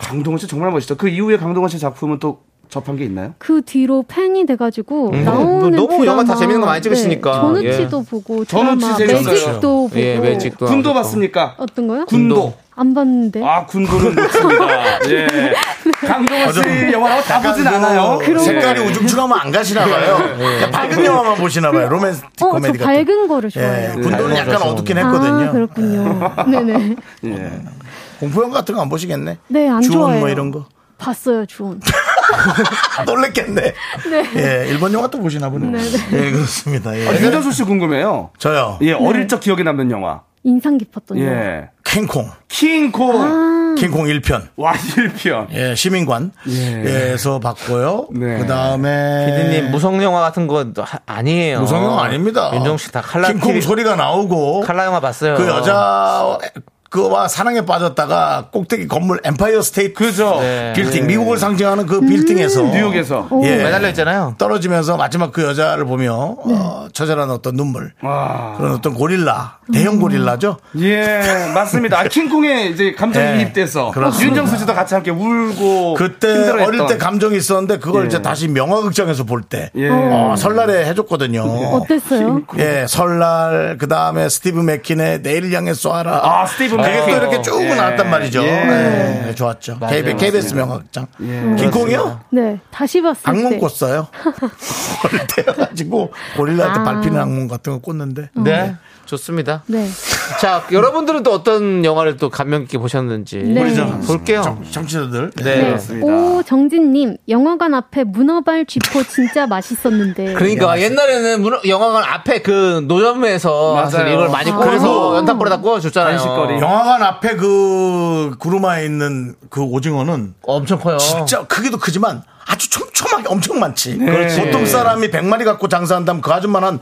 강동원 씨 정말 멋있죠. 그 이후에 강동원 씨 작품은 또 접한 게 있나요? 그 뒤로 팬이 돼가지고 음. 나오는 너무 드라마, 영화 다 재밌는 거 많이 찍으시니까. 네, 예. 전우치도 보고 드라마 전우치 재밌어요. 매직도 보고 예, 매직도 군도 하고. 봤습니까? 어떤 거요? 군도. 군도. 안 봤는데. 그러니까 어, 아, 군도는 못습니다 예. 강동원 씨 영화라고 다 보진 약간 그 않아요. 색깔이 예. 우중충하면 안 가시나 봐요. 그냥 밝은 영화만 보시나 봐요. 로맨스 어, 저 코미디 같은. 밝은 거를 예, 좋아해요. 네. 군도는 약간 밝아서. 어둡긴 아, 했거든요. 그렇군요. 네네. 예. 공포영 같은 거 안 보시겠네. 네, 안 주원 좋아해요. 뭐 이런 거. 봤어요, 주온. 아, 놀랬겠네. 예, 일본 영화 또 보시나 보네. 네, 예, 그렇습니다. 예. 아, 윤정수 씨 궁금해요. 저요. 예, 어릴 적 기억에 남는 영화. 인상 깊었던 영화. 예. 킹콩. 킹콩. 아. 킹콩 1편. 와, 1편. 예, 시민관. 예. 에서 봤고요. 네. 그 다음에. 피디님 예, 무성 영화 같은 거 하- 아니에요. 무성 영화 아닙니다. 윤정 씨다 칼라 킹콩 TV 소리가 나오고. 칼라 영화 봤어요. 그 여자 그와 사랑에 빠졌다가 꼭대기 건물 엠파이어 스테이트 그죠. 네. 빌딩 미국을 상징하는 그 빌딩에서 뉴욕에서. 예. 매달려 있잖아요. 떨어지면서 마지막 그 여자를 보며 네. 어, 처절한 어떤 눈물 와. 그런 어떤 고릴라 대형 음. 고릴라죠 예, 맞습니다. 아, 킹콩에 이제 예, 감정이입돼서 그렇습니다. 윤정수 씨도 같이 함께 울고 그때 뭐 힘들어했던. 어릴 때 감정이 있었는데 그걸 예. 이제 다시 명화극장에서 볼 때 어, 예. 설날에 해줬거든요 어땠어요? 예, 설날 그 다음에 스티브 맥킨의 내일 향해 쏴라. 아, 스티브 그게 또 맥킨. 이렇게 쭉 예. 나왔단 말이죠. 예. 예, 좋았죠. KBS, KBS 명학장. 김콩이요? 네, 다시 봤을 악몽 때. 꿨어요. 어릴 때여가지고 고릴라한테 아. 밟히는 악몽 같은 거 꿨는데. 네. 좋습니다. 네. 자, 여러분들은 또 어떤 영화를 또 감명 깊게 보셨는지 네. 음. 볼게요. 정치자들. 네. 오, 정진님, 영화관 앞에 문어발 쥐포 진짜 맛있었는데. 그러니까 옛날에는 문어- 영화관 앞에 그 노점에서 맞아요. 사실 이걸 많이 그리고 구워서 연탄불에다 구워줬잖아요. 간식거리. 네. 영화관 앞에 그 구루마에 있는 그 오징어는 엄청 커요. 진짜 크기도 크지만 아주 촘촘하게 엄청 많지. 네. 그렇지. 보통 사람이 100마리 갖고 장사한다면 그 아줌마는 한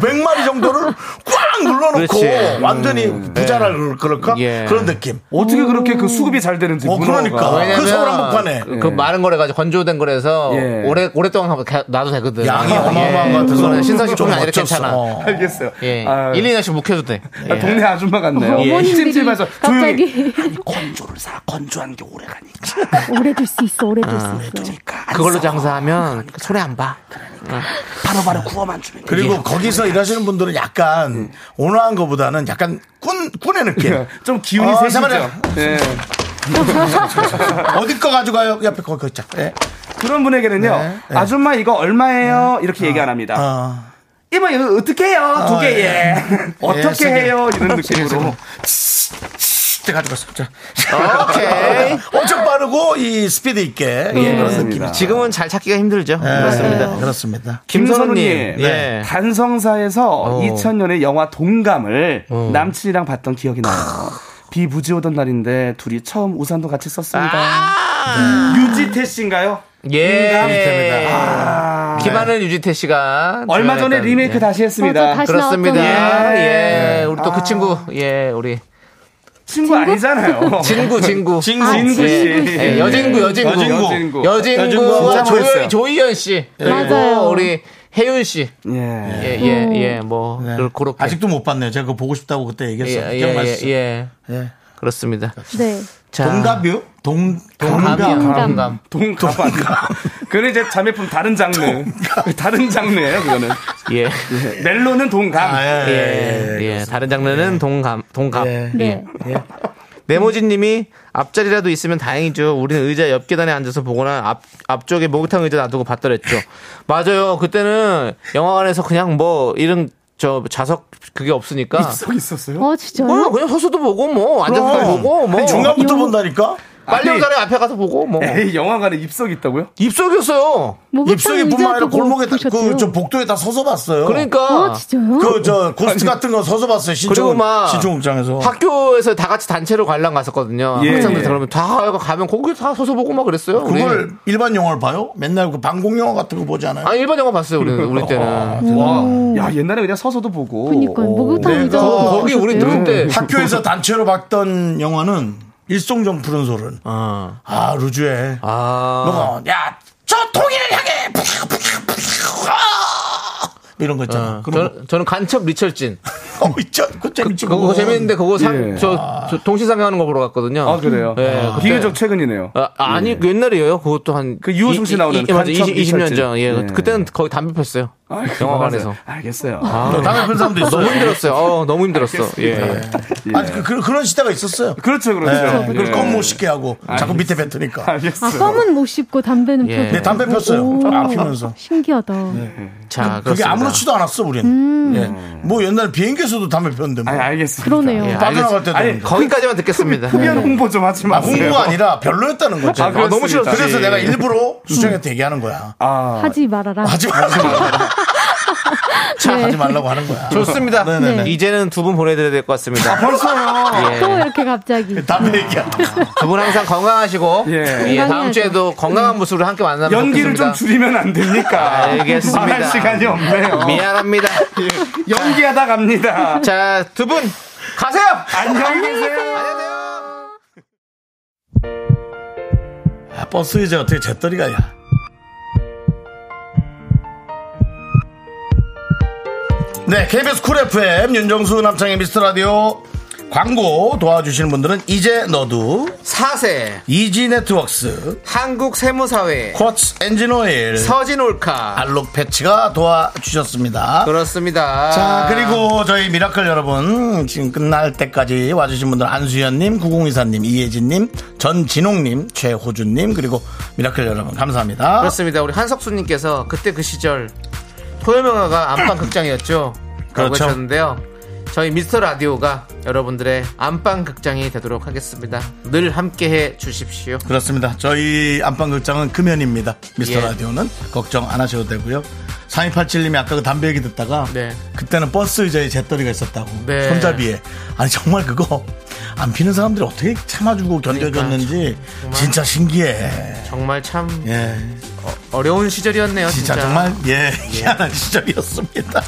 500마리 정도를 꽉 눌러놓고 그렇지. 음. 완전히 부자라 그럴까? 예. 그런 느낌. 어떻게 그렇게 그 수급이 잘 되는지. 어, 그러니까. 문어가. 왜냐면 그 서울 한복판에. 그 많은 거래 가지고 건조된 거래서 예. 오래 오랫동안 하고 가- 놔도 되거든. 예. 양이 어마어마한 것 같아서. 그거는 신상식품이 좀 아니라 어쩔 수- 괜찮아. 어. 알겠어요. 예. 아, 1, 2년씩 묵혀도 돼. 아, 예. 동네 아줌마 같네요. 예, 어머님들이 찜찜해서 조용히. 갑자기 건조를 사 건조한 게 오래 가니까. 오래 둘 수 있어, 오래 둘 아, 수 있어. 그걸로 장사하면 손해 안 봐. 바로바로 구워만 주면 돼. 그리고 거기서 일하시는 분들은 음. 약간 온화한 것보다는 약간 꾼, 꾼의 느낌. 네. 좀 기운이 어, 세시죠. 잠깐만요. 예. 어디 거 가져가요? 옆에 거, 그, 자. 예. 그런 분에게는요. 아줌마 이거 얼마예요? 이렇게 얘기 안 합니다. 네. 어. 예, 뭐, 이모 이거 어떻게 해요? 두 어, 개 예. 예. 어떻게 세 개. 해요? 이런 느낌으로. 그때 가져갔어. 자. 오케이. 음. 엄청 빠르고 이 스피드 있게. 예, 그런 느낌. 그렇습니다. 지금은 잘 찾기가 예. 힘들죠. 네, 그렇습니다. 그렇습니다. 김선우님. 김선우님. 예. 단성사에서 어. 2000년에 영화 동감을 남친이랑 봤던 기억이 나요. 비 무지 오던 날인데 둘이 처음 우산도 같이 아. 썼습니다. 유지태 씨인가요? 예. 됩니다. 아. 기반은 유지태 씨가 얼마 전에 들어갔던- 리메이크 예. 다시 했습니다. 맞아, 다시 그렇습니다. 나왔잖아요. 예. 우리 또 그 친구. 예, 우리 친구 아니잖아요. 진구 진구. 어. 진구, 아, 진구 씨. 예, 여진구, 여진구. 여진구. 여진구, 진짜 조현, 멋있어요. 조희연 씨. 맞아요. 그리고 우리 혜윤 씨. 예. 예, 예, 예. 뭐, 네. 그- 그렇게. 아직도 못 봤네요. 제가 그거 보고 싶다고 그때 예, 얘기했어요. 예, 예, 기억나시죠? 예. 예. 그렇습니다. 네. 자, 동갑이요? 동, 동감이야, 동갑. 동감. 동감. 그는 이제 자매품 다른 장르. 다른 장르예요, 그거는. 예. 예, 멜로는 동감. 아, 예, 예, 예. 예. 다른 장르는 동감, 동감. 예. 네. 네모진 님이 앞자리라도 있으면 다행이죠. 우리는 의자 옆 계단에 앉아서 보거나 앞, 앞쪽에 목욕탕 의자 놔두고 봤더랬죠. 맞아요. 그때는 영화관에서 그냥 뭐, 이런, 저, 좌석 그게 없으니까. 있었어요? 어, 진짜요? 뭐 그냥 서서도 보고 뭐 앉아서도 그럼. 보고 뭐 아니, 중간부터 본다니까? 예. 빨리 아니. 오자리 앞에 가서 보고 뭐 에이, 영화관에 입석이 있다고요? 입석이었어요. 목욕탕 입속이뿐만 의자도 아니라 골목에 다, 보셨대요. 그, 저 복도에다 서서 봤어요. 그러니까 아, 진짜요? 그, 저, 고스트 같은 거 서서 봤어요. 그리고 신촌, 막 신촌극장에서. 학교에서 다 같이 단체로 관람 갔었거든요. 예, 학생들 예. 그러면 다 가면 거기 다 서서 보고 막 그랬어요. 우리. 그걸 일반 영화를 봐요? 맨날 그 방공 영화 같은 거 보지 않아요? 아 일반 영화 봤어요. 우리 우리 때는 음. 와, 야, 옛날에 그냥 서서도 보고. 어. 그니까요. 오. 목욕탕 네, 의자. 거- 거기 우리 보셨대요? 늙을 때 음. 학교에서 단체로 봤던 영화는 일송정 푸른 솔은 아, 아 루즈해. 아 너가 야저 통일을 향해 푸슉, 푸슉, 푸슉, 아! 이런 거 어, 있잖아. 그런 저는, 저는 간첩 리철진 거. 어, 있죠. 그거 재밌지. 그거 그건. 재밌는데 그거 예. 상저 저 동시상영하는 거 보러 갔거든요. 아, 그래요? 예, 그때- 비교적 최근이네요. 아, 아니 그 옛날이에요. 그것도 한그 유호승 씨 나오는 맞아 간첩 20, 20년 전. 예, 예. 그때는 거의 담배 폈어요. 아이고, 영화관에서. 아. 알겠어요. 또 담배 핀 사람도 있어요. 너무 힘들었어요. 어, 너무 힘들었어. 예. 아 그, 그, 그런 시대가 있었어요. 그렇죠, 그렇죠. 네. 그걸 껌못 씹게 하고 자꾸 밑에 뱉으니까. 아, 알겠어요. 껌은 못 씹고 담배는 예. 펴고. 네, 담배 폈어요. 안 피면서. 네. 신기하다. 자, 그게 그렇습니다. 음. 아무렇지도 않았어, 우린. 예. 뭐 옛날 비행기에서도 담배 폈는데 뭐. 아니, 알겠습니다. 그러네요. 예, 빠져나갈 때도. 아니, 없는데. 거기까지만 듣겠습니다. 흡연 예. 홍보 좀 하지 아, 마세요. 홍보가 아니라 별로였다는 예. 거지. 아, 그렇습니다. 너무 싫었어요. 그래서 내가 일부러 음. 수정해서 얘기하는 거야. 아, 하지 말아라. 하지 말라고. 네. 하지 말라고 하는 거야. 좋습니다. 네네네. 네. 이제는 두 분 보내드려야 될 것 같습니다. 예. 벌써요. 또 이렇게 갑자기. 담배 얘기야. 두 분 항상 건강하시고 예. 음. 예, 다음 건강해야죠. 주에도 건강한 모습으로 함께 만나면 연기를 좀 좋겠습니다. 줄이면 안 됩니까? 알겠습니다. 말할 시간이 없네요. 미안합니다. 연기하다 갑니다. 자, 두 분 가세요. 안녕히 계세요. 아, 버스 이제 어떻게 제떨이가 야. 네, KBS 쿨 FM 윤정수 남창의 미스터 라디오 광고 도와주시는 분들은 이제 너도 4세 이지 네트웍스 한국 세무사회 쿼츠 엔진 오일 서진 올카 알록 패치가 도와주셨습니다. 그렇습니다. 자, 그리고 저희 미라클 여러분, 지금 끝날 때까지 와주신 분들, 안수현님, 9024님, 이예진님, 전진홍님, 최호준님, 그리고 미라클 여러분, 감사합니다. 그렇습니다. 우리 한석수님께서 그때 그 시절 토요명화가 안방 극장이었죠. 라고 그렇죠. 하셨는데요. 저희 미스터 라디오가 여러분들의 안방 극장이 되도록 하겠습니다. 늘 함께해 주십시오. 그렇습니다. 저희 안방극장은 금연입니다. 미스터 예. 라디오는 걱정 안 하셔도 되고요. 3287님이 아까 그 담배 얘기 듣다가 네. 그때는 버스 의자에 잿더리가 있었다고 네. 손잡이에 아니 정말 그거 안 피는 사람들이 어떻게 참아주고 견뎌줬는지 진짜 신기해. 정말 참 예, 어려운 시절이었네요. 진짜. 아, 진짜, 정말 예 희한한 시절이었습니다.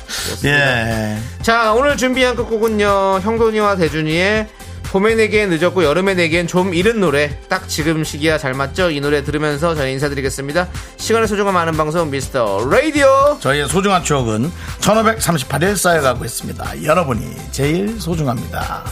예. 자, 오늘 준비한 끝곡은요. 형돈이와 대준이의 봄에 내기엔 늦었고 여름에 내기엔 좀 이른 노래. 딱 지금 시기야 잘 맞죠? 이 노래 들으면서 저희 인사드리겠습니다. 시간의 소중함 아는 방송 미스터 라디오. 저희의 소중한 추억은 1538일 쌓여가고 있습니다. 여러분이 제일 소중합니다.